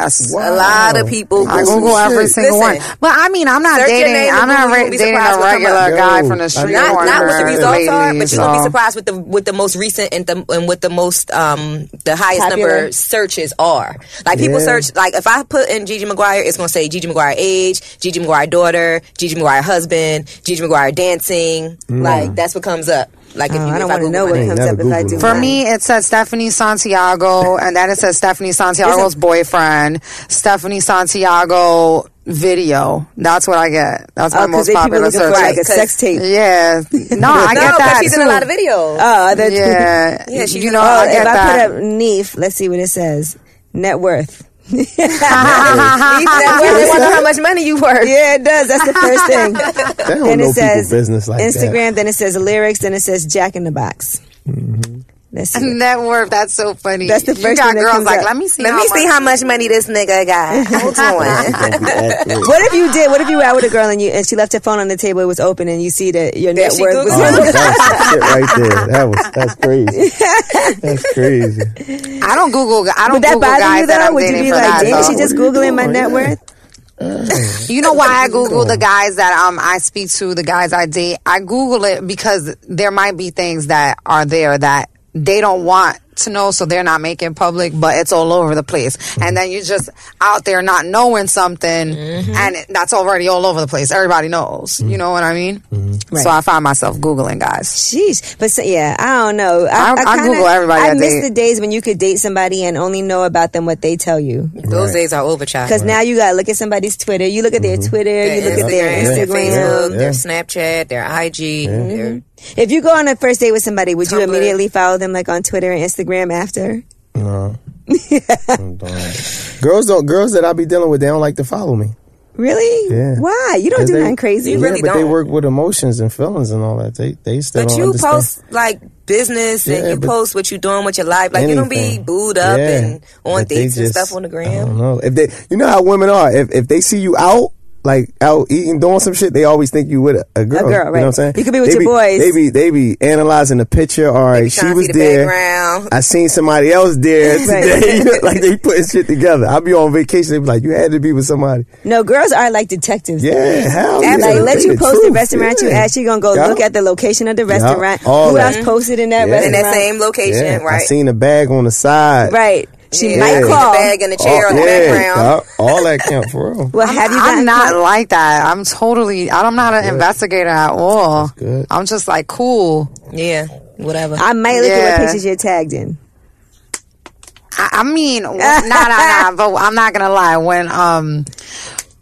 C: Yes.
D: a lot
E: Oh.
D: of people
C: I Google every single
D: Listen,
C: one. But I mean, I'm not
D: Search your
C: dating.
D: name
C: I'm
D: and
C: not
D: Google,
C: re-
D: you'll be
C: dating
D: surprised
C: a
D: what comes up.
C: regular guy
E: Yo,
C: from the
E: I
C: street.
E: know.
D: not,
C: corner
D: not what the results
C: lately,
D: are, but you will be
C: so.
D: surprised with the with the most recent and the and with the most um the highest
B: Popular.
D: number searches are. Like people
E: Yeah.
D: search like if I put in Gigi McGuire, it's gonna say Gigi McGuire age, Gigi McGuire daughter, Gigi McGuire husband, Gigi McGuire dancing. Like that's what comes up. Like if
B: Oh,
D: you
B: I
D: if
B: don't
D: I
B: want to
D: Google
B: know
D: my
B: what
D: name.
B: comes
E: Never
B: up if I
E: Google
B: do.
E: it.
C: For
B: mine.
C: me, it said Stephanie Santiago, and then it says Stephanie Santiago's boyfriend, Stephanie Santiago video. That's what I get. That's my
B: oh, because
C: most
B: they people
C: popular
B: looking for
C: search.
B: like a
D: 'cause-
B: sex tape.
C: yeah. No, I
D: No,
C: get
D: but
C: that.
D: she's in a
C: too.
D: lot of videos.
B: Oh, that,
C: Yeah.
D: Yeah, she's
C: you
D: in
C: know,
D: a lot
C: I
D: of-
C: get
B: "Oh, if I
C: that.
B: put up Neef, let's see what it says. Net worth.
D: Leave that where they want to know how much money you worth.
B: Yeah, it does. That's the first thing.
E: They don't
B: then
E: know
B: it says
E: people business like that.
B: Instagram. Then it says lyrics. Then it says Jack in the Box. Let's see.
C: Net worth. That's so funny.
B: That's the
C: you
B: first
C: got
B: thing that
C: girls
B: comes
C: like,
B: up.
C: let me see.
D: Let
C: how
D: me see
C: much-
D: how much money this nigga got. Hold on.
E: Don't be accurate.
B: What if you did? What if you were out with a girl and you and she left her phone on the table? It was open, and you see that your net
D: she
B: worth
D: Googled
B: was.
D: it.
E: Oh, that's shit right there. That was that's crazy. That's crazy.
C: I don't Google. I don't
B: Would that
C: Google
B: bother
C: guys
B: you
C: that
B: though?
C: I'm
B: Would you
C: dating
B: be
C: for
B: like,
C: that.
B: dang,
C: though.
B: she just googling my net worth?
C: You know why I Google the guys that um I speak to, the guys I date. I Google it because there might be things that are there that they don't want to know, so they're not making public, but it's all over the place.
B: Mm-hmm.
C: And then you're just out there not knowing something,
B: Mm-hmm.
C: and it, that's already all over the place. Everybody knows. You know what I mean?
B: Mm-hmm.
C: So I find myself Googling, guys.
B: Jeez, but so, yeah, I don't know.
C: I- I Google everybody
B: I
C: I
B: miss
C: date.
B: the days when you could date somebody and only know about them what they tell you.
D: Those days are over, child.
B: Because now you gotta look at somebody's Twitter. You look at their
E: Mm-hmm.
B: Twitter. you look at their
D: Instagram, their
B: Instagram.
D: Facebook,
E: Yeah.
D: their Snapchat, their IG, their
B: If you go on a first date with somebody, would you
D: Tumblr.
B: immediately follow them like on Twitter and Instagram after?
E: No. Uh-huh. I'm done. girls don't. Girls that I be dealing with, they don't like to follow me.
B: Really?
E: Yeah.
B: Why? You don't
E: 'Cause
B: do
E: they-
B: nothing crazy.
D: You
E: yeah,
D: really
E: but they
D: don't.
E: work with emotions and feelings and all that. They they still
D: But
E: don't
D: you
E: understand.
D: post like business and
E: Yeah,
D: you
E: but-
D: post what you doing with your life. Like you don't be
E: anything.
D: booed up
E: Yeah.
D: and on
E: But they
D: dates and
E: just-
D: stuff on the
E: I
D: gram.
E: don't know if they. You know how women are. If if they see you out. Like out eating, doing some shit, they always think you with a, a girl.
B: girl,
E: You know
B: right.
E: what I'm saying?
B: You could be with
E: They
B: your boys.
E: They be, they be analyzing the picture. All right,
D: Trying
E: she
D: to
E: was
D: see the
E: there.
D: background.
E: I seen somebody else there today. like they putting shit together. I'll be on vacation. They be like, you had to be with somebody.
B: No, girls are like detectives.
E: Yeah, hell yeah.
B: Like, let
E: Tell
B: you
E: the
B: post the
E: truth,
B: restaurant you
E: yeah.
B: at. She gonna go
E: Yeah.
B: look at the location of the restaurant.
E: all
B: Who
E: that.
B: else posted in that
E: Yeah.
D: In
B: restaurant?
D: that same location,
E: Yeah, I
D: right?
E: seen a bag on the side.
B: right. She
D: Yeah,
B: might
D: the
B: call.
D: bag and the chair on the
E: Oh, yeah,
D: background.
E: dog. all that count for real.
B: Well, have you
C: I'm
B: gotten
C: not
B: caught?
C: like that. I'm totally. I'm not an investigator at all.
E: good.
C: I'm just like cool.
D: Yeah, whatever.
B: I might look at
C: Yeah.
B: what pictures you're tagged in.
C: I, I mean, w- nah, nah, nah. But I'm not gonna lie. When um,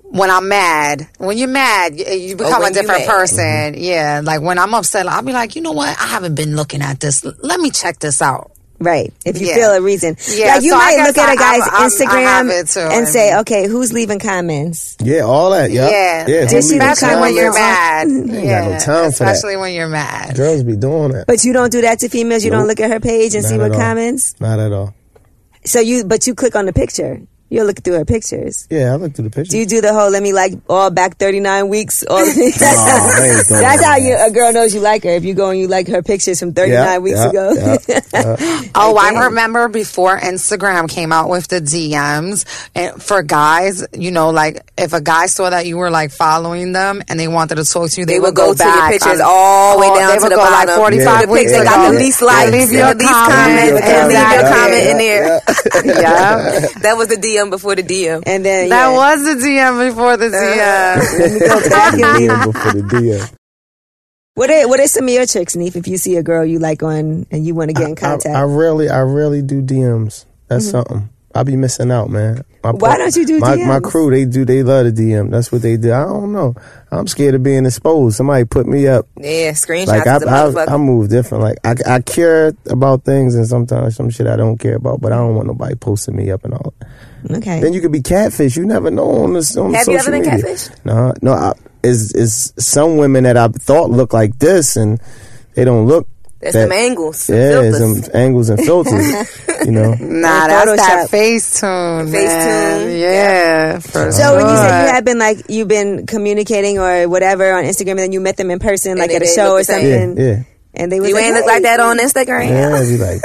C: when I'm mad, when you're mad, you, you
E: Oh,
C: become
D: when
C: a
D: you
C: different
D: mad.
C: person.
E: Mm-hmm.
C: Yeah, like when I'm upset, I'll be like, you know what? I haven't been looking at this. L- Let me check this out.
B: Right. If you
C: Yeah.
B: feel a reason.
C: Yeah,
B: Like you
C: so I
B: might
C: guess
B: look at
C: I-
B: a guy's
C: I'm- I'm- I have
B: Instagram
C: it too,
B: and
C: and-
B: say, okay, who's leaving comments?
E: Yeah, all that. Yeah,
C: Yeah,
E: yeah.
B: Did she
E: totally.
B: look
C: especially when you're
B: Time
C: mad.
E: ain't got no
C: Yeah,
E: time for that.
C: especially when you're mad.
E: Girls be doing that.
B: But you don't do that to females. You don't look at her page and
E: Not
B: see
E: at
B: what
E: all.
B: comments.
E: Not at all.
B: So you, but you click on the picture. You'll look through her pictures.
E: Yeah, I looked through the picture.
B: Do you do the whole let me like all back thirty nine weeks? All
E: I ain't doing
B: that's how
E: that.
B: you, a girl knows you like her if you go and you like her pictures from thirty nine
E: Yeah,
B: weeks
E: yeah,
B: ago.
E: yeah, yeah.
C: Oh, I remember before Instagram came out with the DMs and for guys, you know, like if a guy saw that you were like following them and they wanted to talk to you, they,
D: They
C: would
D: would go
C: go,
D: to your
C: back
D: pictures
C: on-
D: all the way
C: oh,
D: down
C: they
D: to
C: would
D: the
C: go
D: bottom.
C: Like Forty-five
E: Yeah.
D: the pics
C: weeks
D: that
C: ago.
D: got the
E: Yeah.
D: least likes,
C: Leave your
D: the least
C: comment.
D: comments, and leave your
C: Exactly.
D: comment in there.
C: yeah,
D: That was the DM before the DM.
B: And then yeah.
C: that was the DM before
D: Uh,
C: the DM.
E: DM before the DM.
B: what are what are some of your tricks, Neef? If you see a girl you like on and you want to get in
E: I,
B: contact, Mm-hmm.
E: I rarely, I rarely do DMs. That's something. I be missing out, man. My
B: Why don't you do
E: my, My
B: DMs?
E: crew, they do. They love the DM. That's what they do. I don't know. I'm scared of being exposed. Somebody put me up.
D: Yeah, screenshots
E: Like I,
D: of the motherfucker.
E: I, I move different. Like I, I care about things, and sometimes some shit I don't care about. But I don't want nobody posting me up and all.
B: okay.
E: Then you could be catfish. You never know on this on
D: Have
E: social
D: you ever been
E: media.
D: catfished?
E: No, no. I, is is some women that I thought look like this, and they don't look.
D: That's
E: that-
D: some angles.
E: Yeah,
D: filters.
E: it's some angles and filters. you know.
C: Nah,
B: Or
C: that's
B: Photoshop.
C: that Facetune. man.
D: Facetune.
C: Yeah. For
B: So when you said you
C: sure.
B: had been like you've been communicating or whatever on Instagram, and then you met them in person, like
D: they
B: at a
D: didn't
B: show
D: look
B: or
D: the same.
E: Yeah,
B: something,
E: yeah.
B: and they was
D: You
B: like,
D: ain't look
B: "Hey."
D: like that on Instagram.
E: Yeah, I'd be like,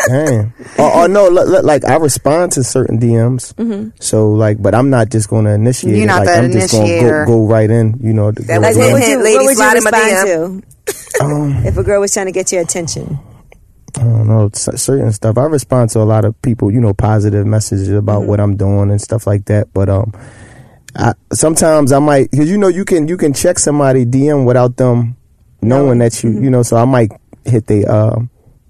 E: damn. or, or no, look, look, like I respond to certain DMs.
D: Mm-hmm.
E: So like, but I'm not just going to initiate.
C: You're
E: it.
C: not
E: like,
C: the
E: I'm just gonna
C: initiator.
E: go, go right in. You know, go
D: was
E: right
B: What
D: him.
E: in.
B: would you,
D: Ladies,
B: what would you
D: slide in my
B: respond to
E: Um,
B: if a girl was trying to get your attention?
E: I don't know c- certain stuff. I respond to a lot of people, you know, positive messages about
B: Mm-hmm.
E: what I'm doing and stuff like that. But um, I, sometimes I might, cause you know, you can you can check somebody DM without them knowing
B: Oh,
E: that you,
B: mm-hmm.
E: you know. So I might hit they uh,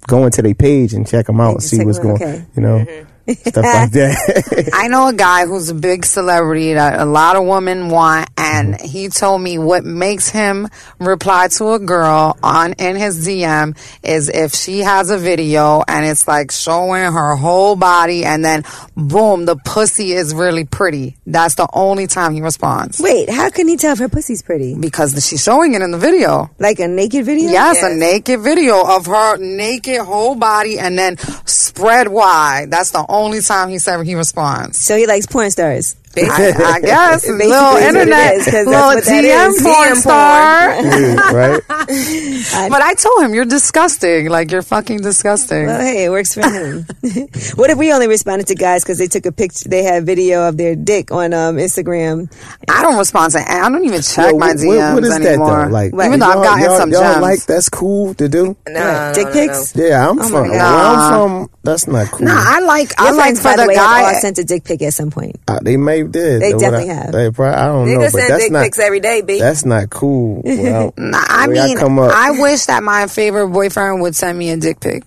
E: go into their page and check them out, and
B: just
E: see
B: check
E: what's
B: 'em out,
E: going,
B: okay. Mm-hmm.
E: you know, stuff like that.
C: I know a guy who's a big celebrity that a lot of women want, and he told me what makes him reply to a girl on in his DM is if she has a video and it's like showing her whole body, and then boom, the pussy is really pretty. That's the only time he responds
B: Wait, how can he tell if her pussy's pretty?
C: because she's showing it in the video.
B: Like a naked video?
C: Yes, a naked video of her naked whole body and then spread wide. That's the only time he said he responds.
B: So he likes porn stars.
C: I, I guess
B: Basically
C: little
B: is what it
C: internet,
B: is, 'cause that's
C: little
B: what that
C: DM
B: is.
C: porn
D: DM
C: star.
E: right?
C: But I told him you're disgusting. Like you're fucking disgusting.
B: Well, hey, it works for him. what if we only responded to guys because they took a picture, they had video of their dick on um, Instagram?
C: I don't respond to. I don't even check
E: Yo,
C: my
E: what-
C: DMs
E: what- what is
C: anymore.
E: that though? Like,
C: even though I've
E: y'all-
C: gotten
E: y'all-
C: some
E: y'all
C: gems.
E: like that's cool to do.
D: No, no,
B: dick
D: no, no.
B: pics?
E: Yeah, I'm from.
B: Oh God.
E: Where I'm from, That's not cool.
C: Nah, I like I
B: Your
C: like
B: friends,
C: for
B: by
C: the,
B: the way, have
C: guy.
B: all sent a dick pic at some point.
E: Uh, they may have did.
B: They
E: What
B: definitely
E: I,
B: have.
E: They probably, I don't know,
D: Niggas
E: but
D: send
E: that's
D: dick
E: not
D: pics every day, B.
E: that's not cool. Well,
C: Nah, I
E: the way
C: mean,
E: I come up,
C: I wish that my favorite boyfriend would send me a dick pic.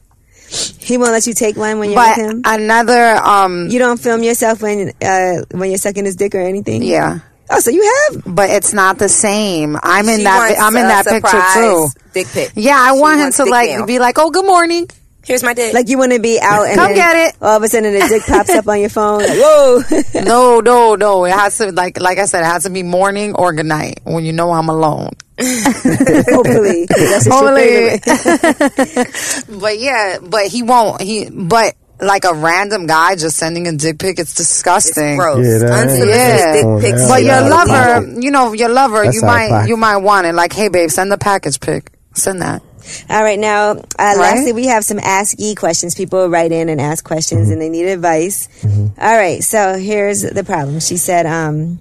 B: He won't let you take one when you're
C: But
B: with him.
C: another, um,
B: you don't film yourself when uh, when you're sucking his dick or anything.
C: yeah,
B: Oh, so you have?
C: but it's not the same. I'm in
D: She
C: that.
D: wants
C: I'm in
D: a
C: that picture
D: surprise
C: too.
D: Dick pic.
C: Yeah, I
D: She
C: want him
D: wants
C: to
D: dick
C: like
D: down.
C: be like, "Oh, good morning."
D: Here's my dick.
B: Like you want to be out and then
C: Come get it.
B: All of a sudden, a dick pops up on your phone. Like,
D: Oh.
B: whoa!
C: no, no, no. It has to like like I said, it has to be morning or good night when you know I'm alone.
B: Hopefully, that's just
C: Only-
B: your favorite.
C: but yeah, but he won't. He but like a random guy just sending a dick pic, it's disgusting.
D: Gross.
E: Yeah, that ain't-
D: Unsolicited
C: Yeah.
D: dick pics.
E: That's
C: but your
E: out of
C: lover,
E: pocket.
C: you know, your lover,
E: That's
C: you
E: out of
C: might
E: pocket.
C: you might want it. Like, hey, babe, send the package pic. Send that.
B: All right, now, uh, lastly, we have some Ask E questions. People write in and ask questions and they need advice. All right, so here's the problem. She said, um,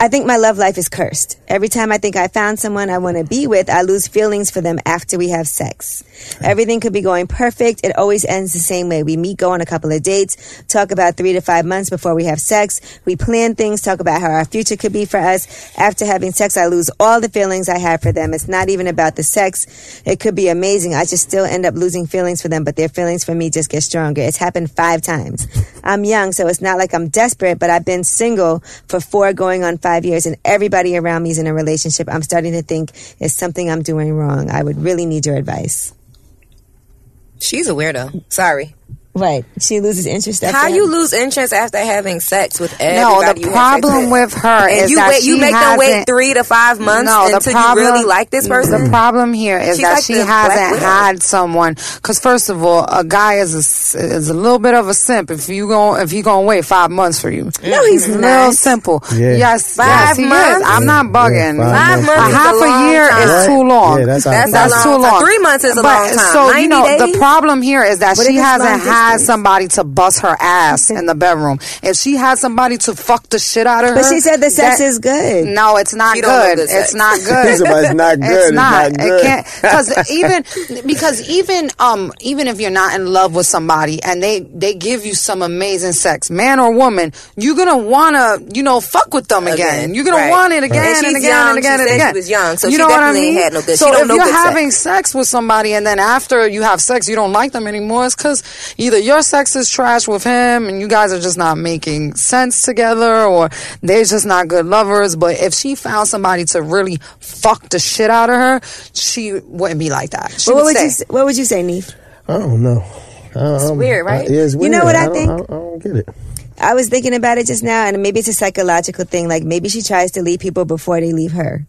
B: I think my love life is cursed. Every time I think I found someone I want to be with, I lose feelings for them after we have sex. Everything could be going perfect. It always ends the same way. We meet, go on a couple of dates, talk about three to five months before we have sex. We plan things, talk about how our future could be for us. After having sex, I lose all the feelings I had for them. It's not even about the sex. It could be amazing. I just still end up losing feelings for them, but their feelings for me just get stronger. It's happened five times. I'm young, so it's not like I'm desperate, but I've been single for four going on five years and everybody around me is in a relationship. I'm starting to think it's something I'm doing wrong. I would really need your advice.
D: She's a weirdo. Sorry.
B: Right. She loses interest. After
D: How
B: him.
D: you lose interest after having sex with
C: No,
D: everybody?
C: the
D: you have sex
C: problem with her
D: and
C: is
D: you
C: that
D: wait,
C: she
D: you make them
C: hasn't,
D: wait three to five months
C: No, the
D: until
C: problem- Mm-hmm.
D: you really like this person.
C: The problem here is
D: She's
C: that
D: like
C: she
D: the Black
C: hasn't
D: Widow.
C: had someone. Because first of all, a guy is a, s- is a little bit of a simp if you gon' if he gonna wait five months for you. No,
B: he's
C: real
B: not.
C: simple.
E: Yeah.
C: Yes, yes,
D: Five
C: he is.
D: months?
C: I'm not
E: Yeah,
C: bugging.
E: five Five months. months
C: A
E: is
C: half
D: a long
C: a year is
D: time.
C: too long.
E: Yeah, that's out
D: That's
E: of
D: a
E: pocket.
C: That's
D: long
C: too
D: time.
C: long.
D: Three months is a long time.
C: So you
D: 90
C: know
D: days?
C: the problem here is that
B: What
C: she
B: if it's
C: hasn't
B: long
C: had
B: distance?
C: somebody to bust her ass in the bedroom. If she had somebody to fuck the shit out of her,
B: But she said the sex
C: that-
B: is good.
C: no, it's not
D: She don't love
C: good.
D: good sex.
C: It's not good.
E: It's about- it's not good. It's not good.
C: It can't because even because even um even if you're not in love with somebody and they they give you some amazing sex, man or woman, you're gonna wanna you know fuck with them again.
D: Again,
C: You're gonna
D: right.
C: want it again
D: And
C: and,
D: she's
C: again and
D: young. She
C: again and
D: said she
C: again.
D: was young, so
C: you
D: she
C: know what I
D: definitely
C: mean?
D: ain't had no good- she
C: So
D: don't
C: if
D: know
C: you're
D: good sex.
C: having sex with somebody and then after you have sex you don't like them anymore, it's because either your sex is trash with him and you guys are just not making sense together or they're just not good lovers. But if she found somebody to really fuck the shit out of her, she wouldn't be like that. She
B: But what
C: would
B: would
C: stay.
B: you s- What would you say, Neef?
E: I don't know. It's
D: weird, right?
E: yeah, it's weird.
B: You know what I
E: don't-
B: think?
E: I don't, I don't get it.
B: I was thinking about it just now, and maybe it's a psychological thing. Like maybe she tries to leave people before they leave her.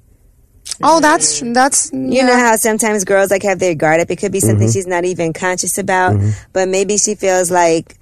C: oh, that's that's
B: You know how sometimes girls like have their guard up. It could be something
E: Mm-hmm.
B: she's not even conscious about, but maybe she feels like,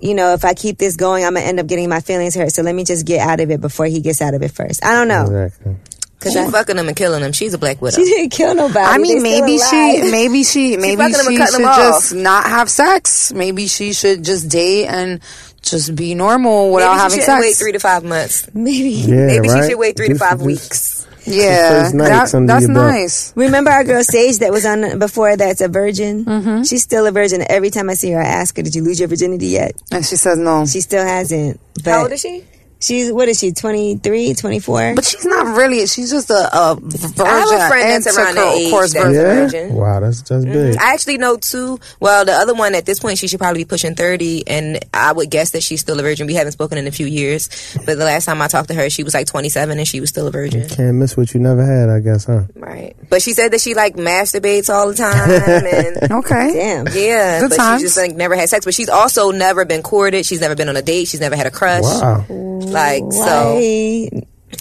B: you know, if I keep this going, I'm gonna end up getting my feelings hurt. So let me just get out of it before he gets out of it first. I don't know
E: Exactly.
B: because
D: She fucking them and killing them. She's a black widow.
B: she didn't kill nobody.
C: I mean,
B: They're still
C: maybe
B: alive.
C: she, maybe she, maybe
D: fucking him and
C: she
D: cutting
C: should
D: him off.
C: just not have sex. Maybe she should just date and just be normal without
D: Maybe she
C: having
D: should
C: sex.
D: wait three to five months.
B: maybe.
E: Yeah,
D: Maybe
E: right?
D: she should wait three to
E: Just-
D: five
E: just-
D: weeks.
C: yeah,
E: first night,
C: that-
E: something
C: that's
E: you brought.
C: nice.
B: Remember our girl Sage that was on before? That's a virgin.
D: Mm-hmm.
B: She's still a virgin. Every time I see her, I ask her, "Did you lose your virginity yet?"
C: And she says no.
B: She still hasn't. But
D: How old is she?
B: She's what is she? 23, 24?
C: But she's not really. She's just a, a virgin.
D: I have a friend that's around that age.
C: intercourse
D: that's a
C: virgin.
E: Yeah.
D: virgin.
E: Wow, that's that's big.
D: I actually know two. Well, the other one at this point, she should probably be pushing 30, and I would guess that she's still a virgin. We haven't spoken in a few years, but the last time I talked to her, she was like 27 and she was still a virgin.
E: Can't miss what you never had, I guess, huh?
D: Right. But she said that she like masturbates all the time and
C: Okay.
B: Damn.
D: yeah,
C: Good
D: but
C: times.
D: she just like never had sex, but she's also never been courted. She's never been on a date. She's never had a crush.
E: Wow.
D: Like so,
B: Why?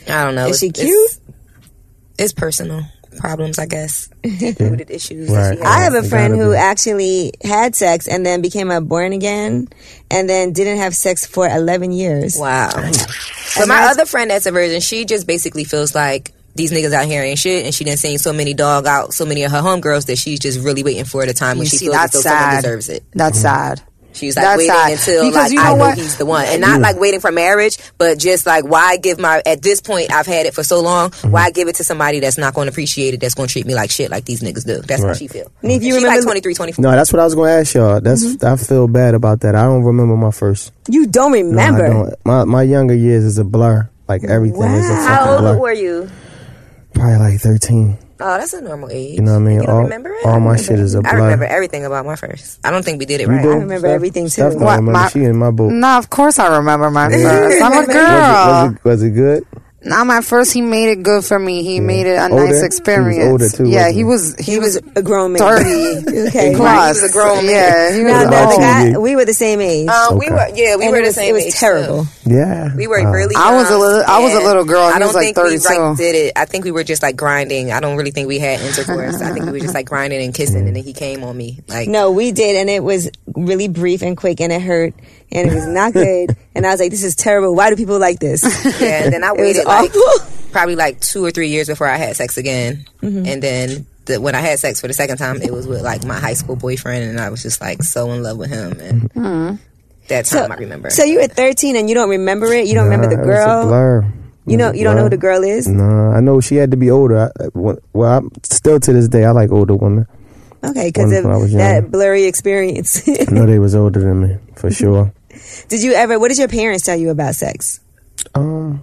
D: I don't know.
B: Is she
D: It's-
B: cute?
D: It's, it's personal problems, I guess. Deep-rooted issues. that
E: Right.
D: she
B: I
D: has.
B: have a
E: It
B: friend
E: gotta
B: who
E: be.
B: actually had sex and then became a born again and then didn't have sex for 11 years.
D: Wow. But my other friend that's a virgin, she just basically feels like these niggas out here ain't shit, and she done seen so many dog out, so many of her homegirls that she's just really waiting for the time when
C: You
D: she
C: see,
D: feels as
C: that's
D: though someone
C: sad.
D: deserves it.
C: That's sad.
D: She was like
C: That's
D: waiting
C: hot.
D: until
C: Because
D: like
C: you know
D: I know
C: what?
D: he's the one, and not like waiting for marriage, but just like why give my at this point I've had it for so long,
E: Mm-hmm.
D: why give it to somebody that's not going to appreciate it, that's going to treat me like shit, like these niggas do. That's how she feel.
B: Nick, you
D: She
B: remember
D: like
B: the-
D: 23, 24.
E: No, that's what I was gonna ask y'all. That's I feel bad about that. I don't remember my first.
B: You don't
E: No, I
B: remember.
E: don't. My my younger years is a blur. Like everything is a
B: Wow.
E: fucking
D: How
E: blur.
D: old were you?
E: Probably like thirteen.
D: Oh, that's a normal age.
E: You know what I mean?
D: You don't
E: all
D: remember it?
E: all my shit is a
D: I
E: blur.
D: remember everything about my first. I don't think we did it
E: You
D: right.
E: do?
B: remember
E: Steph?
B: everything,
E: Steph
B: too.
E: don't
C: What,
E: remember.
C: Oh, my-
E: she in my boat.
C: No, of course I remember my first. I'm a
E: Was,
C: girl.
E: it, was it good?
C: Not my first. He made it good for me. He made it a
E: Older? He
C: nice
E: was
C: experience.
E: older, too,
C: yeah,
E: wasn't
C: he
E: he?
C: was. He,
B: He was
C: was
B: a grown man.
C: dirty.
B: Okay.
C: Plus,
D: was a grown man.
C: Yeah, he was
B: Now,
C: old.
B: now the
E: Oh.
B: guy, we were the same age.
D: Um, we
E: Okay.
D: were, yeah, we
B: and
D: were
B: it
D: the
B: was,
D: same
B: it was
D: age,
B: terrible.
D: too.
E: Yeah. Uh,
D: We were
C: Uh,
E: Wow.
D: really.
C: I was a
D: young,
C: little- I was a
D: and
C: little girl, and
D: I
C: he
D: don't
C: was, like,
D: think we
C: 32.
D: right did it. I think we were just like grinding. I don't really think we had intercourse. I think we were just like grinding and
C: Mm.
D: kissing, and then he came on me. Like
B: No, we did, and it was really brief and quick, and it hurt, and it was not good. and I was like, "This is terrible. Why do people like this?"
D: yeah, and then I
B: It was
D: waited like
B: awful.
D: probably like two or three years before I had sex again,
C: Mm-hmm.
D: and then. The, when I had sex for the second time, it was with like my high school boyfriend, and I was just like so in love with him. And
C: Mm-hmm.
D: that time I remember.
B: So you were 13 and you don't remember it. You don't remember
E: Nah,
B: the
E: uh, it was a
B: girl.
E: blur. It
B: You
E: was
B: know,
E: a
B: you don't know who the
E: blur.
B: girl is.
E: Nah, I know she had to be older. I, I- well, I'm still to this day, I like older women.
B: Okay, because of
E: When I was
B: that
E: younger.
B: blurry experience.
E: I know they was older than me for
B: Mm-hmm.
E: sure.
B: did you ever? What did your parents tell you about sex?
E: Um,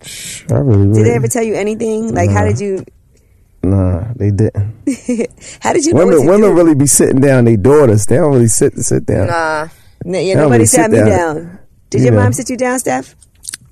E: sh- I really, really
B: Did they ever tell you anything? Like, how did you?
E: nah, they didn't.
B: How did you? know
E: Women,
B: what to
E: women
B: do?
E: really be sitting down. They daughters, they don't really sit sit down.
D: uh,
B: No, yeah,
E: They don't
B: nobody
E: really
B: sat
E: sit
B: me down.
E: down.
B: Did
E: You
B: your
E: know.
B: mom sit you down, Steph?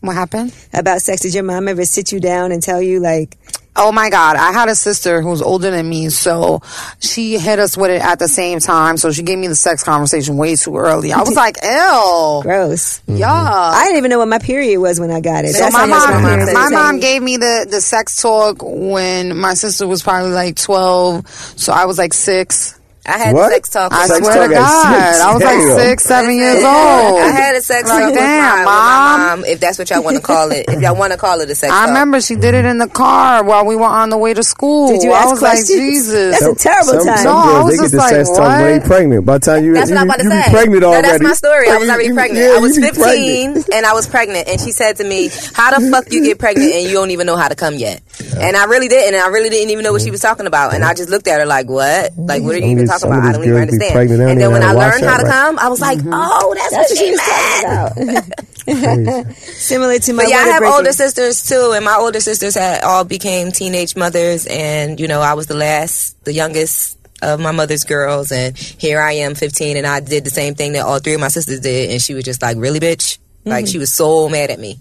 C: What happened?
B: About sex? Did your mom ever sit you down and tell you like?
C: Oh my God. I had a sister who's older than me, so she hit us with it at the same time. So she gave me the sex conversation way too early. I was like, ew.
B: Gross.
C: Yeah.
B: I didn't even know what my period was when I got it.
C: So
B: That's
C: my
B: how much
C: mom,
B: parents
C: my
B: were saying.
C: mom gave me the the sex talk when my sister was probably like twelve, so I was like six.
D: I had
E: What?
D: sex talk.
C: I
D: with my
E: Sex
C: swear
E: talk
C: to
E: at
C: God,
E: six?
C: I was
E: Damn.
C: like six, seven years old.
D: I had a sex
C: Like,
D: talk with,
C: damn,
D: my, with my mom, if that's what y'all want to call it. If y'all want to call it a sex
C: I
D: talk.
C: remember she did it in the car while we were on the way to school.
B: Did you ask
C: I was
B: questions?
C: like, Jesus.
B: That's a terrible
E: some,
B: time.
E: Some
C: No, I
E: girls,
C: was
E: they get
C: just
E: the
C: like,
E: sex talk when
C: what?
E: they pregnant. By the time you,
D: That's
E: you,
D: what I'm about to
E: you
D: say.
E: be pregnant already.
D: No, that's my story. I was
E: You-
D: already
E: you-
D: pregnant.
E: yeah,
D: I was
E: you be pregnant.
D: 15 and I was pregnant. And she said to me, How the fuck you get pregnant and you don't even know how to come yet? And I really didn't. And I really didn't even know what she was talking about. And I just looked at her like, What? Like, what are you
E: Some of these-
D: even talking about? I
E: some
D: don't
E: of
D: even
E: these girls be
D: understand.
E: pregnant, they don't
D: And then
E: even
D: when
E: know
D: I
E: how to
D: learned
E: wash
D: how to
E: up, right?
D: come, I was like, Oh, that's,
B: That's
D: what she meant.
B: talking about. Similar to my
D: But yeah, I
B: water
D: have
B: breaking.
D: older sisters too, and my older sisters had all became teenage mothers, and you know, I was the last, the youngest of my mother's girls, and here I am, fifteen, and I did the same thing that all three of my sisters did, and she was just like, "Really, bitch." Like she was so mad at me.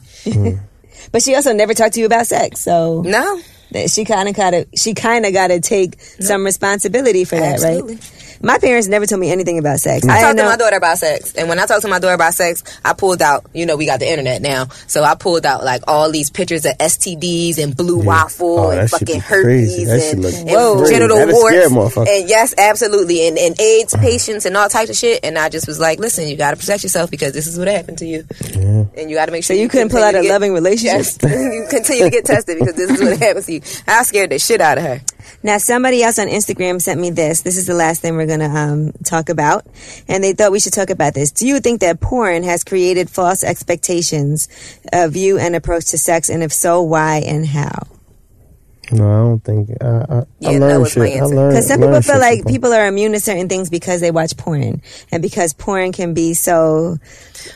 B: But she also never talked to you about sex, so
D: No,
B: that she kind of got to she kind of got to take some responsibility for that,
D: Absolutely.
B: right? My parents never told me anything about
E: Mm.
B: sex.
D: I,
B: didn't
D: talked to
B: know-
D: my daughter about sex, and when I talked to my daughter about sex, I pulled out. You know, we got the internet now, so I pulled out like all these pictures of STDs and blue waffle
E: Oh,
D: and
E: that shit be
D: fucking
E: crazy.
D: herpes
E: That shit
D: and,
E: look
D: and
E: crazy.
D: genital
E: That'd scare a
D: warts.
E: motherfucker.
D: And yes, absolutely, and, and AIDS
E: Uh-huh.
D: patients and all types of shit. And I just was like, listen, you got to protect yourself because this is what happened to you, and you got to make sure
B: so you couldn't pull out a
D: continue to get-
B: loving relationship.
D: Yes, you continue to get tested because this is what happens to you. I scared the shit out of her.
B: Now, somebody else on Instagram sent me this. This is the last thing we're going to um, talk about. And they thought we should talk about this. Do you think that porn has created false expectations of you and approach to sex? And if so, why and how?
E: No, I don't think. I, I, I
D: Yeah, that
E: learned
D: was my
E: shit. I
D: answer.
E: learned.
B: Because some
E: learned
B: people
E: Uh, shit
B: feel like
E: from-
B: people are immune to certain things because they watch porn and because porn can be so.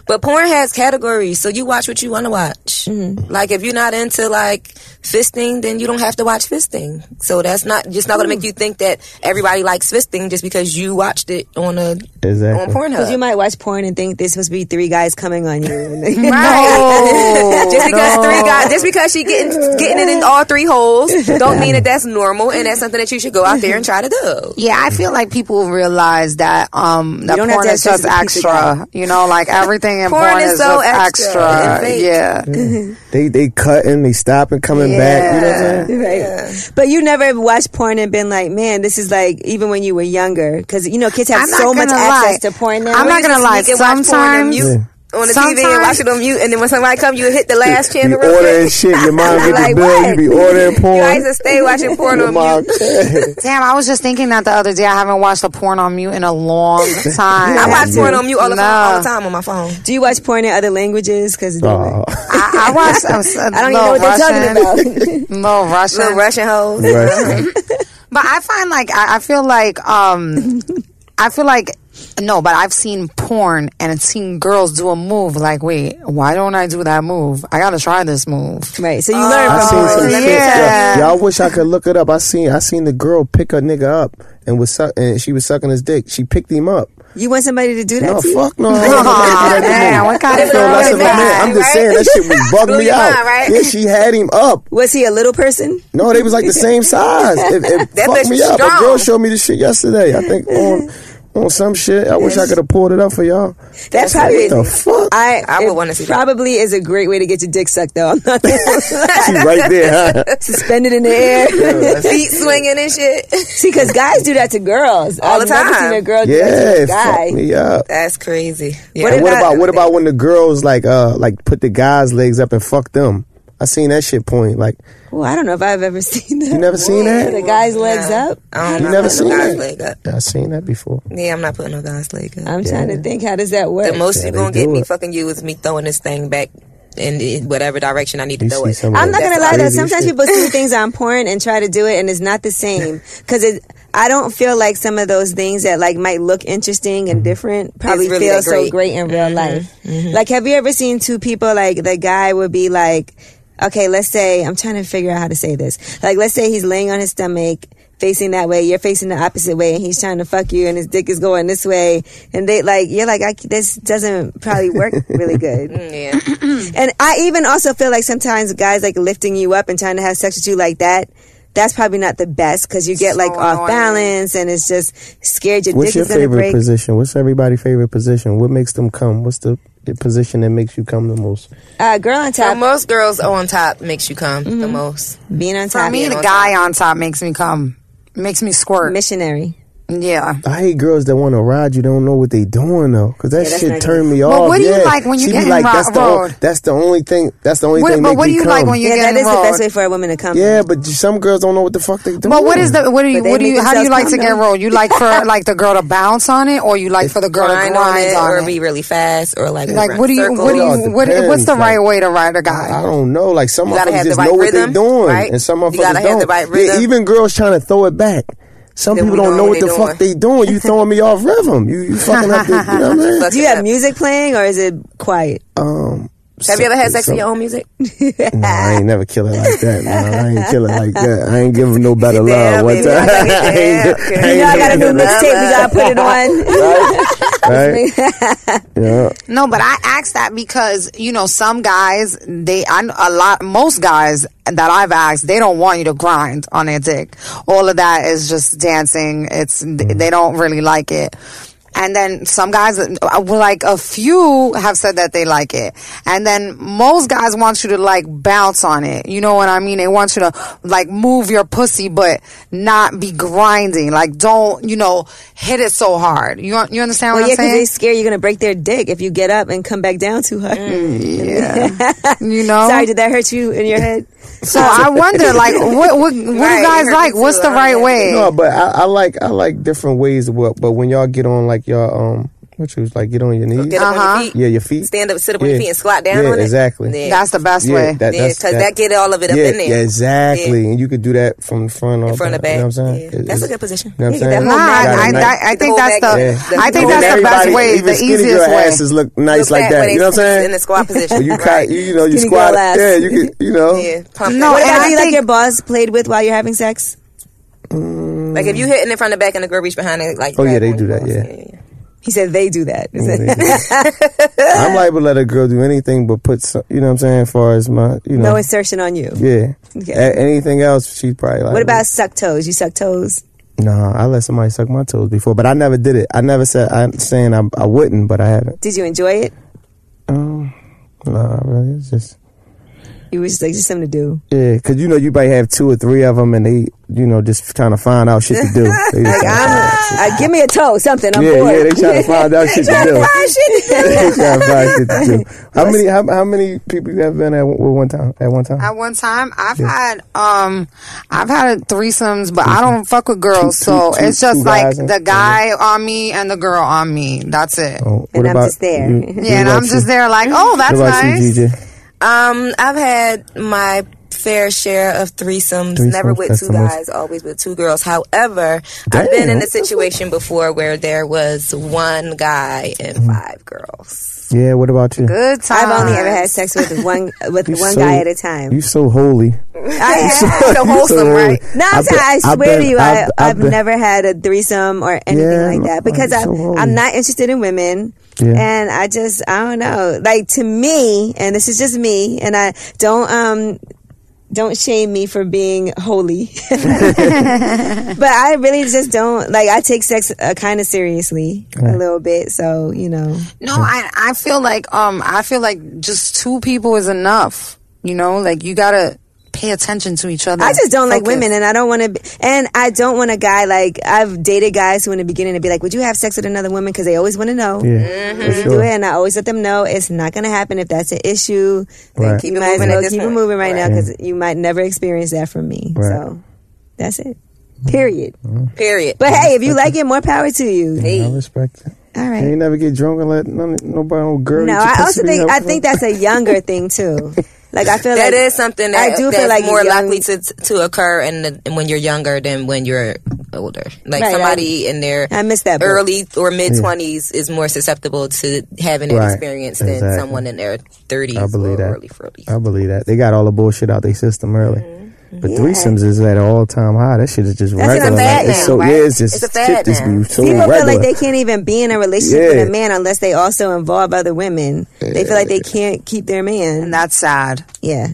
D: But porn has categories, so you watch what you want to watch. Like if you're not into like fisting, then you don't have to watch fisting. So that's not just not gonna make you think that everybody likes fisting just because you watched it on a on
E: Exactly.
D: Pornhub.
B: Because you might watch porn and think there's supposed to be three guys coming on you.
D: Right. just because three guys, just because she getting getting it in all three holes, don't mean that that's normal and that's something that you should go out there and try to do.
C: Yeah, I feel like people realize that um that
B: don't
C: porn
B: have to have sex
C: is just
B: with a pizza
C: extra. You know, like everything in
D: Porn
C: porn,
D: is
C: is,
D: so
C: just
D: extra
C: extra.
D: and fake.
C: Yeah.
E: They they cutting, they stopping, coming back. You know what I'm saying?
B: Right. But you never watched porn and been like, man, this is like even when you were younger, because you know kids have
C: I'm not
B: so much
C: gonna
B: access
C: lie.
B: to porn now.
C: I'm not
D: You
C: gonna
D: just
C: lie,
D: sneak and watch porn and
C: sometimes-
D: you- on the TV and watch it on mute, and then when somebody come, you hit the last
E: You
D: channel. real
E: ordering
D: quick.
E: shit, your mom get the
D: Like,
E: bill,
D: what?
E: you be ordering porn.
D: You guys to stay watching porn
E: Your
D: on
E: mom-
D: mute.
C: Damn, I was just thinking that the other day. I haven't watched a porn on mute in a long time.
D: I watch porn on mute all the, phone, all the
C: No.
D: time on my phone.
B: Do you watch porn in other languages? Because
E: Oh,
C: I, I watch. I, was,
B: I don't even know what they're talking about.
C: Little Russian.
D: Little Russian hoes.
E: right.
C: But I find like I, I feel like um I feel like no, but I've seen porn and it's seen girls do a move like, wait, why don't I do that move? I gotta try this move.
B: Right. So you learn
E: I
B: from
E: seen
B: porn.
E: some
C: yeah.
E: shit. Yeah. Y'all wish I could look it up. I seen I seen the girl pick a nigga up and was suck and she was sucking his dick. She picked him up.
B: You want somebody to do that
E: No,
B: to you?
E: fuck no.
C: Aw, man, what kind of
E: No,
C: girl
E: that's
C: is
E: what I meant.
C: that?
E: I'm just saying that shit was bugging
D: Blew
E: me
D: your
E: out.
D: mind, right?
E: Yeah, she had him up.
B: Was he a little person?
E: No, they was like the same size. It, it
D: That
E: fucked
D: bitch
E: me
D: was
E: up. A
D: strong.
E: girl showed me this shit yesterday. I think on on some shit. I wish I could have pulled it up for y'all.
B: That's probably
E: What the fuck?
B: I,
D: I would
B: it
D: wanna see that.
B: Probably is a great way to get your dick sucked though. I'm not
E: She right there. Huh?
B: suspended in the air.
D: Feet swinging and shit.
B: See, because guys do that to girls
D: All
B: I've
D: the
B: Never
D: time.
B: seen a girl do that to
E: Yeah,
B: a
E: it
B: guy.
E: fucked me up.
D: That's crazy. Yeah.
B: What
E: And what
B: about-
E: about what about when the girls like uh like put the guys' legs up and fuck them? I seen that shit point. Like
B: Well, I don't know if I've ever seen that.
E: you never seen that?
B: The guy's legs up.
D: I don't
E: You
D: know.
E: never
D: I'm
E: seen
D: not putting no
E: that?
D: guy's leg up.
E: I seen that before.
D: Yeah, I'm not putting no guy's leg up.
B: I'm trying to think. How does that work?
D: the most
E: Yeah,
D: you
E: they
D: gonna get
E: do
D: me
E: it.
D: fucking you is me throwing this thing back in, in whatever direction I need to
E: You
D: throw
E: see
D: it.
E: some of
B: I'm
E: that
B: not gonna lie though.
E: crazy
B: Sometimes
E: shit.
B: people see things on porn and try to do it, and it's not the same because it. I don't feel like some of those things that like might look interesting and different probably
D: Mm-hmm. really
B: feel
D: that
B: so
D: great. Mm-hmm.
B: great in real life. Like, have you ever seen two people like the guy would be like, okay, let's say I'm trying to figure out how to say this. Like, let's say he's laying on his stomach. Facing that way, you're facing the opposite way, and he's trying to fuck you, and his dick is going this way, and they like you're like, I, this doesn't probably work really good.
D: Yeah,
B: And I even also feel like sometimes guys like lifting you up and trying to have sex with you like that. That's probably not the best because you get like off
C: annoying.
B: balance and it's just scared your
E: What's
B: dick
E: your
B: is gonna
E: favorite
B: break.
E: position? What's everybody's favorite position? What makes them come? What's the, the position that makes you come the most?
B: Uh, girl on
D: so
B: top,
D: most girls on top makes you come the most.
B: being on
C: For
B: top,
C: me, the
D: on
C: guy on top makes me come. Makes me squirt.
B: missionary.
C: Yeah.
E: I hate girls that want to ride you. Don't know what they doing though, because that
B: that's
E: shit
B: not
E: turned me
C: But
E: off.
C: what do you
E: yeah.
C: like when you
E: She be
C: getting
E: like,
C: ro-
E: that's the, o-
C: rode?
E: that's the only thing. That's the only
C: What-
E: thing.
C: but
E: make
C: what
E: me
C: do you like
E: come.
C: when you
B: Yeah, that
C: get
B: is the best
C: rolled?
B: way for a woman to come.
E: Yeah, but some girls don't know what the fuck they doing.
C: But what is the what do you
B: But they
C: what do you
B: make
C: how do you
B: themselves
C: like to
B: come
C: get
B: down.
C: rolled? You like for like the girl to bounce on it, or you like for the girl to grind
D: Grind on it,
C: on
D: or
C: it?
D: be really fast, or like
C: Like
D: around
C: what do you what do
D: circles.
C: you what,
E: Depends,
C: what's the
E: like-
C: right way to ride a
E: I
C: guy?
E: don't know. Like some
D: gotta
E: motherfuckers
D: have the
E: just
D: right
E: know what
D: rhythm,
E: they're doing,
D: right?
E: and some
D: You
E: motherfuckers
D: gotta
E: don't.
D: have the right
E: Yeah,
D: rhythm.
E: even girls trying to throw it back. Some
D: Then
E: people
D: we
E: don't
D: don't
E: know
D: know
E: what the
D: what
E: fuck they doing. You throwing me off rhythm. You, you fucking up. The, you know what I mean?
D: Fuck
B: Do you
D: it
B: have
D: up.
B: music playing or is it quiet?
E: Um,
D: Have you ever had sex
E: some-
D: to your own music?
E: Nah, I ain't never kill it like that. man. I ain't kill it like that. I ain't give him no better love. One
D: baby.
E: time,
D: Okay,
E: I ain't
D: yeah,
E: gi-
D: okay.
E: I ain't
B: You know, I got a
E: give
B: new
E: him no-
B: mixtape. We gotta put it on.
E: right? yeah.
C: No, but I asked that because you know some guys they I kn- a lot most guys that I've asked they don't want you to grind on their dick. All of that is just dancing. It's they don't really like it. And then some guys, uh, well, like a few, have said that they like it. And then most guys want you to like bounce on it. You know what I mean? They want you to like move your pussy, but not be grinding. Like don't you know hit it so hard. You you understand
B: Well, Oh,
C: what
B: yeah,
C: I'm
B: because
C: saying?
B: they scared you're gonna break their dick if you get up and come back down too hard.
C: Yeah. you know?
B: Sorry, did that hurt you in your head?
C: Mm. so I wonder, like, what, what, what do you
D: Right,
C: guys
D: it hurt
C: like?
D: me
C: What's
D: too.
C: the
D: I
C: right
D: don't
C: way?
E: No, but I, I like I like different ways. Of what, but when y'all get on like y'all um, what you was like get on your knees?
D: Get up on
C: Uh-huh.
D: your feet.
E: Yeah, your feet.
D: Stand up, sit up on your
E: Yeah.
D: feet, and squat down
E: Yeah,
D: on it.
E: exactly.
D: Yeah.
C: That's the best way.
E: that-
D: Yeah, 'cause that get all of it up
E: yeah,
D: in there.
E: Yeah, exactly. And you could do that from the front or
D: In front of
E: back.
D: back.
E: You know what I'm saying?
D: Yeah.
E: It- it's-
D: That's a good position.
E: You know what I'm
B: Yeah, get
E: saying?
B: that
C: Nah,
B: whole
E: Got it
C: I,
E: nice.
C: I, I
D: The
C: think
D: whole
C: that's
D: back-
C: the,
D: Yeah.
C: I think
D: The whole
C: that's the
D: back.
C: best way,
E: even
C: the
E: skinny girl
C: easiest way.
E: asses look nice
D: Look
E: like
D: back
E: that.
D: when
E: You know what I'm
D: they
E: saying?
D: in the squat position.
E: you,
D: Right.
E: ca- you, you know, you
B: Skinny
E: squat.
B: girl ass.
E: Yeah, you could, you know.
D: Yeah, pump
C: No,
B: What
D: that.
C: And
B: about
C: I
B: do you like
C: think-
B: your balls played with while you're having sex?
E: Mm,
D: Like if you hitting in front of the back and the girl reach behind it, like
E: Oh,
D: grab
E: yeah, they
D: on
E: do
D: your
E: that,
D: balls.
E: yeah.
B: He said they do that.
E: I'm liable to let a girl do anything but put, some, you know what I'm saying, as far as my, you know.
B: no insertion on you.
E: yeah.
B: Okay.
E: A- anything else, she's probably like.
B: What about suck toes? You suck toes.
E: Nah, I let somebody suck my toes before, but I never did it. I never said, I'm saying I, I wouldn't, but I haven't.
B: Did you enjoy it?
E: Um, nah, really, it's just.
B: It was just like just something to do.
E: Yeah, cause you know you might have two or three of them, and they, you know, just trying to find out shit to do. They just
B: Like,
E: like,
B: I'm, uh, give me a toe, something. I'm
E: Ah! yeah,
B: bored.
E: yeah, they trying to find out shit to do. They trying to find shit to do. How many? How, how many people you have been at one- with one time? At one time?
C: At one time, I've had um, I've had threesomes, but I don't fuck with girls,
E: Two-
C: so
E: two- two-
C: it's just
E: two
C: like
E: guys and-
C: the guy on me and the girl on me. That's it.
E: Oh, what
B: And I'm just there.
E: you-
B: Yeah,
E: what
C: yeah, and
E: about
C: I'm
E: you?
C: just there like, oh, that's
E: What about
C: nice.
E: you, Gigi?
D: Um, I've had my fair share of threesomes,
E: Threesomes,
D: never with
E: that's
D: two
E: the most-
D: guys, always with two girls. However, I've been in a situation before where there was one guy and
E: Mm.
D: five girls.
E: Yeah, what about you?
C: Good time.
B: I've only ever had sex with one with
E: You
B: one
E: so-
B: guy at a time.
E: You so holy.
B: I have.
E: so
D: wholesome, right?
E: holy.
B: No, I'm
E: I've been-
B: sorry, I
E: I've
B: swear to
E: been-
B: you, I, I've,
E: been-
B: never had a threesome or anything
E: Yeah,
B: like that
E: I'm
B: because I,
E: so old.
B: I'm not interested in women.
E: Yeah.
B: And I just, I don't know. Like to me, and this is just me, and I don't, um, don't shame me for being holy. but I really just don't, like, I take sex uh, kind of seriously a little bit. So, you know,
C: No, I I feel like um I feel like just two people is enough. You know, like you gotta pay attention to each other.
B: I just don't like
C: Focus.
B: women, and I don't want to. Be, and I don't want a guy like I've dated guys who in the beginning would be like, "Would you have sex with another woman?" Because they always want to know.
E: Yeah,
B: Mm-hmm.
E: for
B: You do
E: sure.
B: it, and I always let them know it's not going to happen if that's an issue. Then
E: Right.
B: keep
D: Keep it
B: you might as
D: moving at
B: well
D: this
B: keep it
D: point.
B: moving right, now 'cause now because you might never experience that from me.
E: Right. Mm-hmm.
B: So that's it. Period.
D: Period.
B: But hey, if you like it, more power to you.
E: I respect it.
B: All
E: You
B: right.
E: ain't never get drunk and let none, nobody, no girl.
B: No,
E: eat your
B: I
E: pussy
B: also
E: for
B: think
E: you.
B: I think that's a younger thing too. Like I feel
D: that
B: like
D: is something that
B: I do feel
D: that's
B: like
D: more
B: young-
D: likely to to occur in the, when you're younger than when you're older. Like
B: Right,
D: somebody in their
B: I missed that book.
D: early or mid twenties is more susceptible to having that
E: Right.
D: experience than
E: Exactly.
D: someone in their thirties
E: I
D: or
E: believe that.
D: early forties.
E: I believe that they got all the bullshit out their system early. But threesomes is at an all time high. That shit is just
B: Mm-hmm. what
E: regular.
B: I'm
E: like,
B: saying
E: it's so
D: now, right?
E: yeah, it's just
D: It's a fad
E: shit just
D: now.
E: be so
B: People
E: regular.
B: feel like they can't even be in a relationship
E: Yeah.
B: with a man unless they also involve other women. They feel like they can't keep their man.
C: And that's sad.
B: Yeah.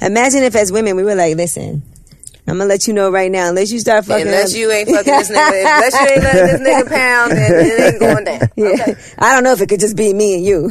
B: Imagine if as women we were like, listen, I'm gonna let you know right now, unless you start fucking
D: Unless
B: up-
D: you ain't fucking this nigga, unless you ain't letting this nigga pound, then it ain't going down.
B: Yeah. I don't know if it could just be me and you.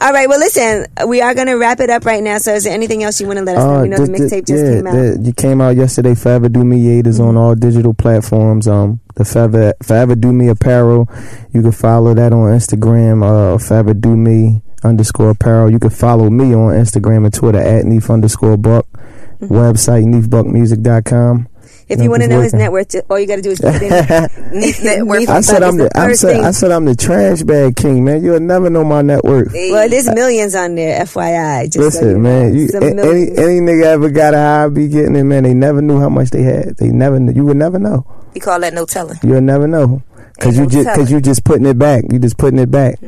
B: All right, well listen, we are gonna wrap it up right now. So is there anything else you wanna let us know?
E: Uh,
B: We know the
E: just-
B: mixtape just
E: yeah,
B: came out. Mm-hmm.
E: that- you came out yesterday. Forever Do Me Yeaters on all digital platforms. Um, the Forever Forever Do Me apparel. You can follow that on Instagram. Uh, Forever Do Me underscore apparel. You can follow me on Instagram and Twitter at Neef underscore Buck.
B: Mm-hmm.
E: Website neefbuckmusic.com.
B: if
E: no,
B: you wanna
E: just
B: know his
E: working.
B: net worth, ju- all you gotta do is put it in
D: Network.
E: I
B: But
E: said
B: it's
E: I'm
B: the
E: the, I
B: first
E: said
B: thing.
E: I said I'm the trash bag king, man. You'll never know my network.
B: Well, there's millions on there, FYI. Just so
E: Listen,
B: you know.
E: man. You,
B: Some
E: a- any
B: millions.
E: any nigga ever got a hobby getting it, man. They never knew how much they had. They never. Knew, you would never know.
D: We call that no telling.
E: You'll never know. Cause you
D: no
E: just
D: telling.
E: cause you just putting it back. You just putting it back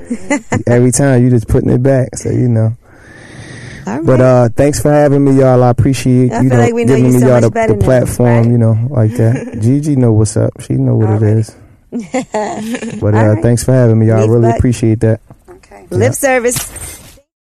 E: every time. You just putting it back. So you know.
B: All right.
E: But uh, thanks for having me, y'all. I appreciate
B: I
E: you
B: feel
E: know
B: like we know
E: giving
B: you
E: me
B: so
E: y'all
B: much
E: the,
B: better
E: the
B: now,
E: platform.
B: right?
E: You know, like that. Gigi know what's up. She know what it is. but uh,
B: Alright.
E: thanks for having me, y'all. I
B: Leaf
E: really
B: back.
E: appreciate that.
C: Okay.
B: Lip service.